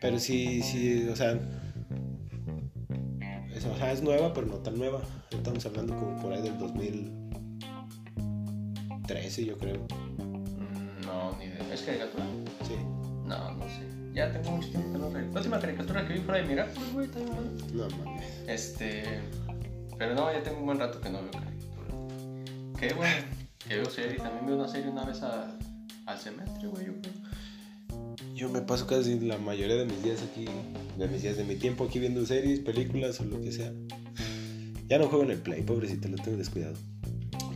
Speaker 1: Pero sí, sí, o sea... Es, o sea, es nueva, pero no tan nueva. Estamos hablando como por ahí del 2013, yo creo.
Speaker 2: Mm, No, ni idea. ¿Es caricatura?
Speaker 1: Sí.
Speaker 2: No, no sé. Ya tengo mucho tiempo que no recuerdo. La última caricatura que vi fuera de Miraculous, güey, también. ¿no?
Speaker 1: No mames.
Speaker 2: Este. Pero no, ya tengo un buen rato que no veo caricatura. Qué bueno. Que veo serie. También veo una serie una vez a- al semestre, güey, yo creo.
Speaker 1: Yo me paso casi la mayoría de mis días aquí, de mis días de mi tiempo aquí viendo series, películas o lo que sea. Ya no juego en el Play, pobrecito, lo tengo descuidado.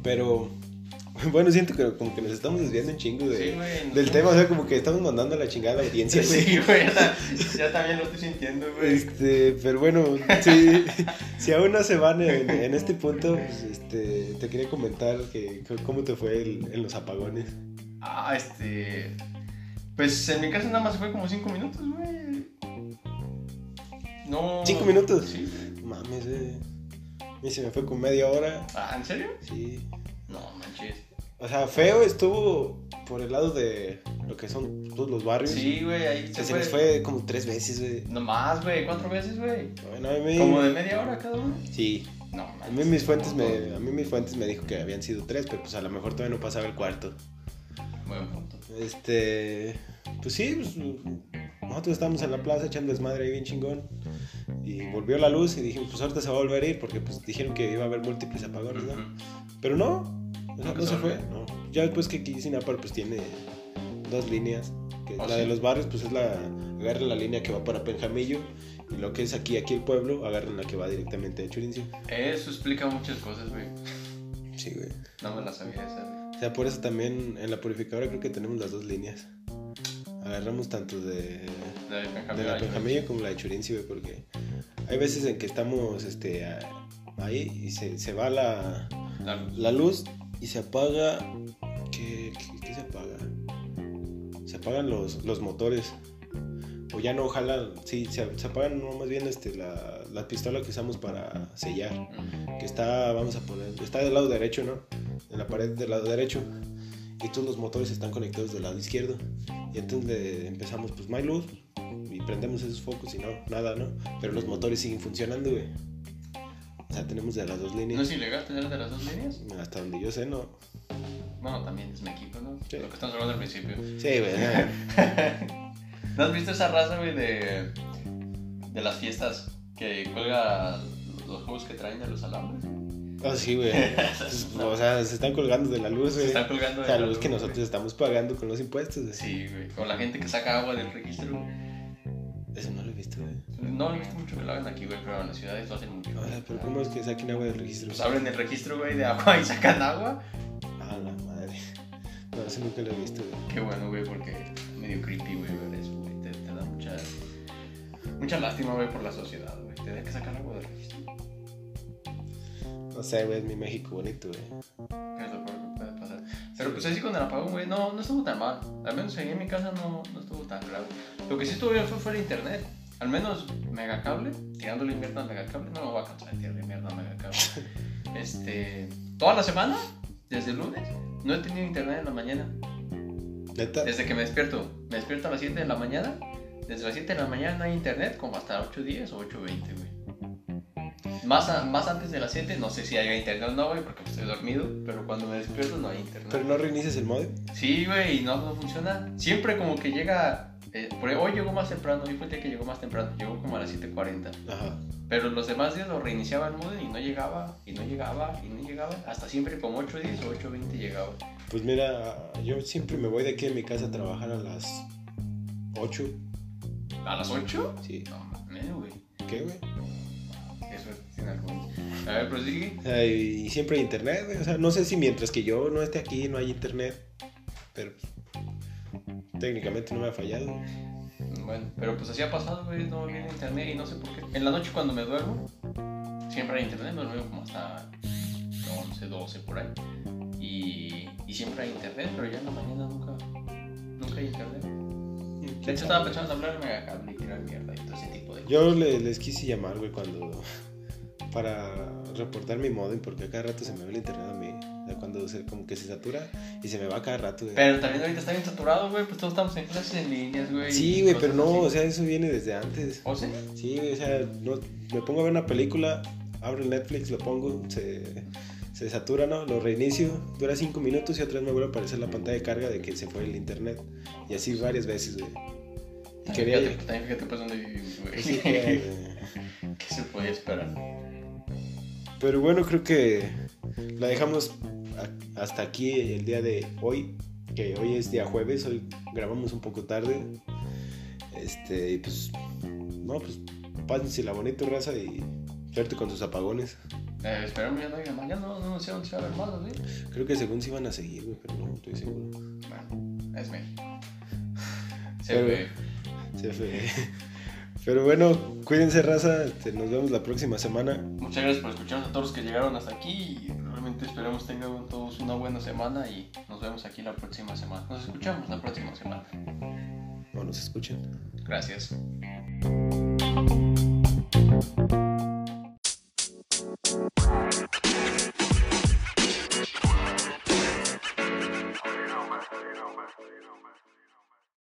Speaker 1: Pero, [LAUGHS] bueno, siento que como que nos estamos desviando un chingo de,
Speaker 2: Sí, güey.
Speaker 1: del tema, o sea, como que estamos mandando a la chingada a la audiencia,
Speaker 2: [LAUGHS] Sí,
Speaker 1: güey.
Speaker 2: sí, güey. Ya, ya también lo estoy sintiendo, güey.
Speaker 1: Este, pero bueno, si, [LAUGHS] si aún no se van en, en este punto, pues, este, te quería comentar que, c- cómo te fue el- en los apagones.
Speaker 2: Ah, este. Pues en mi casa nada más fue como 5 minutos, güey. No.
Speaker 1: ¿Cinco minutos?
Speaker 2: Sí. güey.
Speaker 1: Mames, eh. A mí se me fue con media hora.
Speaker 2: Ah, ¿en serio?
Speaker 1: Sí,
Speaker 2: No, manches.
Speaker 1: O sea, feo estuvo por el lado de lo que son todos los barrios.
Speaker 2: Sí, güey, ahí
Speaker 1: O sea, se nos fue como tres veces, güey.
Speaker 2: No más, güey, cuatro veces, güey.
Speaker 1: Bueno, a mí...
Speaker 2: Como de media hora cada uno.
Speaker 1: Sí.
Speaker 2: No,
Speaker 1: A
Speaker 2: man.
Speaker 1: mí, mis fuentes me, a mí mis fuentes me dijo que habían sido tres, pero pues a lo mejor todavía no pasaba el cuarto.
Speaker 2: Buen punto.
Speaker 1: Este... Pues sí, pues, nosotros estábamos en la plaza echando desmadre ahí bien chingón. Y volvió la luz y dijimos, pues ahorita se va a volver a ir porque pues dijeron que iba a haber múltiples apagones, ¿no?
Speaker 2: Ujú.
Speaker 1: Pero no, o sea,
Speaker 2: Nunca
Speaker 1: no se
Speaker 2: se
Speaker 1: fue.
Speaker 2: volvió.
Speaker 1: No. Ya después que aquí Sinapar pues tiene dos líneas. Que
Speaker 2: Ah,
Speaker 1: la de
Speaker 2: sí.
Speaker 1: los barrios pues es la, agarra la línea que va para Penjamillo y lo que es aquí, aquí el pueblo, agarran la que va directamente a Churincio.
Speaker 2: Eso explica muchas cosas, güey.
Speaker 1: Sí, güey.
Speaker 2: No me las sabía esa, güey.
Speaker 1: O sea, por eso también en la purificadora creo que tenemos las dos líneas. Agarramos tanto de,
Speaker 2: La de Benjamín
Speaker 1: de la
Speaker 2: Ayala.
Speaker 1: Penjamillo como la de Churincio, güey, porque hay veces en que estamos este, a- ahí y se, se va la,
Speaker 2: La luz.
Speaker 1: la luz y se apaga. ¿Qué, qué- qué se apaga? Se apagan los, los motores. O ya no, ojalá. Sí, se, se apagan no, más bien este, la, la pistola que usamos para sellar.
Speaker 2: Mm.
Speaker 1: Que está, vamos a poner, está del lado derecho, ¿no? En la pared del lado derecho. Y todos los motores están conectados del lado izquierdo. Y entonces le empezamos, pues no hay luz. Y prendemos esos focos y no, nada, ¿no? Pero los motores siguen funcionando, güey. O sea, tenemos de las dos líneas.
Speaker 2: ¿No es ilegal tener de las dos líneas?
Speaker 1: Hasta donde yo sé, no.
Speaker 2: Bueno, también es México, ¿no?
Speaker 1: Sí.
Speaker 2: Lo que estamos hablando al principio.
Speaker 1: Sí, güey. no.
Speaker 2: [LAUGHS] ¿No has visto esa raza, güey, de, de las fiestas que cuelga los juegos que traen de
Speaker 1: [LAUGHS]
Speaker 2: los alambres?
Speaker 1: Ah, sí, güey. Pues, O sea, se están colgando de la luz,
Speaker 2: Se
Speaker 1: güey.
Speaker 2: están colgando
Speaker 1: O
Speaker 2: de
Speaker 1: sea, la
Speaker 2: la
Speaker 1: luz que
Speaker 2: luz,
Speaker 1: nosotros estamos pagando con los impuestos.
Speaker 2: güey.
Speaker 1: güey.
Speaker 2: Sí, güey. O la gente que saca agua del registro. güey.
Speaker 1: Eso no lo he visto, güey.
Speaker 2: No lo he visto mucho que lo hagan aquí, güey, pero en las ciudades lo hacen mucho.
Speaker 1: O sea, Ah, pero ¿cómo es que saquen agua del registro?
Speaker 2: Pues abren el registro, güey, de agua [LAUGHS] y sacan agua.
Speaker 1: A Ah, la madre. No, eso nunca lo he visto, güey.
Speaker 2: Qué bueno, güey, porque es medio creepy, güey, ver eso, güey. Te, te da mucha, mucha lástima, güey, por la sociedad, güey. Te da que sacar algo del registro.
Speaker 1: No sé, güey, es mi México bonito, güey.
Speaker 2: Es lo peor que puede pasar. Pero pues así con el apagón, güey, no, no estuvo tan mal. Al menos ahí en mi casa no, no estuvo tan grave. Lo que sí estuvo bien fue fuera de internet. Al menos megacable, tirándole invierno a megacable, no me voy a cansar de tirarle invierno a megacable. Este, toda la semana, desde el lunes, no he tenido internet en la mañana.
Speaker 1: Neta.
Speaker 2: Desde que me despierto, me despierto a las 7 de la mañana. Desde las 7 de la mañana no hay internet, como hasta 8.10 o 8.20, güey. Más, a- más antes de las 7, no sé si hay internet o no, güey, porque estoy dormido, pero cuando me despierto no hay internet.
Speaker 1: Pero no reinicias el modem.
Speaker 2: Sí, güey, y no, no funciona. Siempre como que llega. eh, por- hoy llegó más temprano, hoy fue el día que llegó más temprano, llegó como a las 7:40.
Speaker 1: Ajá.
Speaker 2: Pero los demás días lo reiniciaba el modem y no llegaba, y no llegaba, y no llegaba. Hasta siempre como 8:10 o 8:20 llegaba.
Speaker 1: Pues mira, yo siempre me voy de aquí de mi casa a trabajar a las 8.
Speaker 2: ¿A las 8?
Speaker 1: Sí.
Speaker 2: No mames, güey.
Speaker 1: ¿Qué, güey?
Speaker 2: Eso es sin algún. A ver, pues, prosigue.
Speaker 1: O sea, y siempre hay internet, güey. O sea, no sé si mientras que yo no esté aquí no hay internet. Pero técnicamente no me ha fallado.
Speaker 2: Bueno, pero pues así ha pasado, güey, no viene internet y no sé por qué. En la noche cuando me duermo, siempre hay internet, me duermo como hasta 11, 12 por ahí. Y, y siempre hay internet, pero ya en la mañana nunca, nunca hay internet. De hecho estaba pensando en hablar de megacable y tirar mierda y todo ese tipo de...
Speaker 1: Yo le- les quise llamar, güey, cuando. Para reportar mi modem, porque a cada rato se me va el internet a mí. O sea, cuando se, como que se satura y se me va a cada rato. güey.
Speaker 2: Pero también ahorita está bien saturado, güey, pues todos estamos en clases en líneas, güey.
Speaker 1: sí,
Speaker 2: y
Speaker 1: güey,
Speaker 2: cosas
Speaker 1: pero no, o
Speaker 2: así.
Speaker 1: sea, eso viene desde antes.
Speaker 2: ¿O sí?
Speaker 1: Sí, güey, o sea, no- me pongo a ver una película, abro el Netflix, lo pongo, se, se satura, ¿no? Lo reinicio, dura cinco minutos y otra vez me vuelve a aparecer la pantalla de carga de que se fue el internet. Y así varias veces, güey. Y
Speaker 2: También
Speaker 1: quería...
Speaker 2: fíjate, también fíjate pues dónde vivimos, güey.
Speaker 1: Sí, güey.
Speaker 2: [LAUGHS] ¿Qué se podía esperar?
Speaker 1: Pero bueno, creo que la dejamos a- hasta aquí el día de hoy, que hoy es día jueves, hoy grabamos un poco tarde. Este, y pues, no, pues, pásense la bonita raza y suerte con sus apagones.
Speaker 2: Eh, esperamos ya no haya más, ya no, no sé dónde se va a ver más, ¿o sí?
Speaker 1: Creo que según se iban a seguir, güey, pero no estoy seguro.
Speaker 2: Bueno, es México. Se
Speaker 1: Pero-
Speaker 2: ve.
Speaker 1: Se fue. [LAUGHS] Pero bueno, cuídense, raza. este, Nos vemos la próxima semana.
Speaker 2: Muchas gracias por escucharnos a todos los que llegaron hasta aquí. y Realmente esperemos tengan todos una buena semana y nos vemos aquí la próxima semana. Nos escuchamos la próxima semana.
Speaker 1: No nos escuchan.
Speaker 2: Gracias.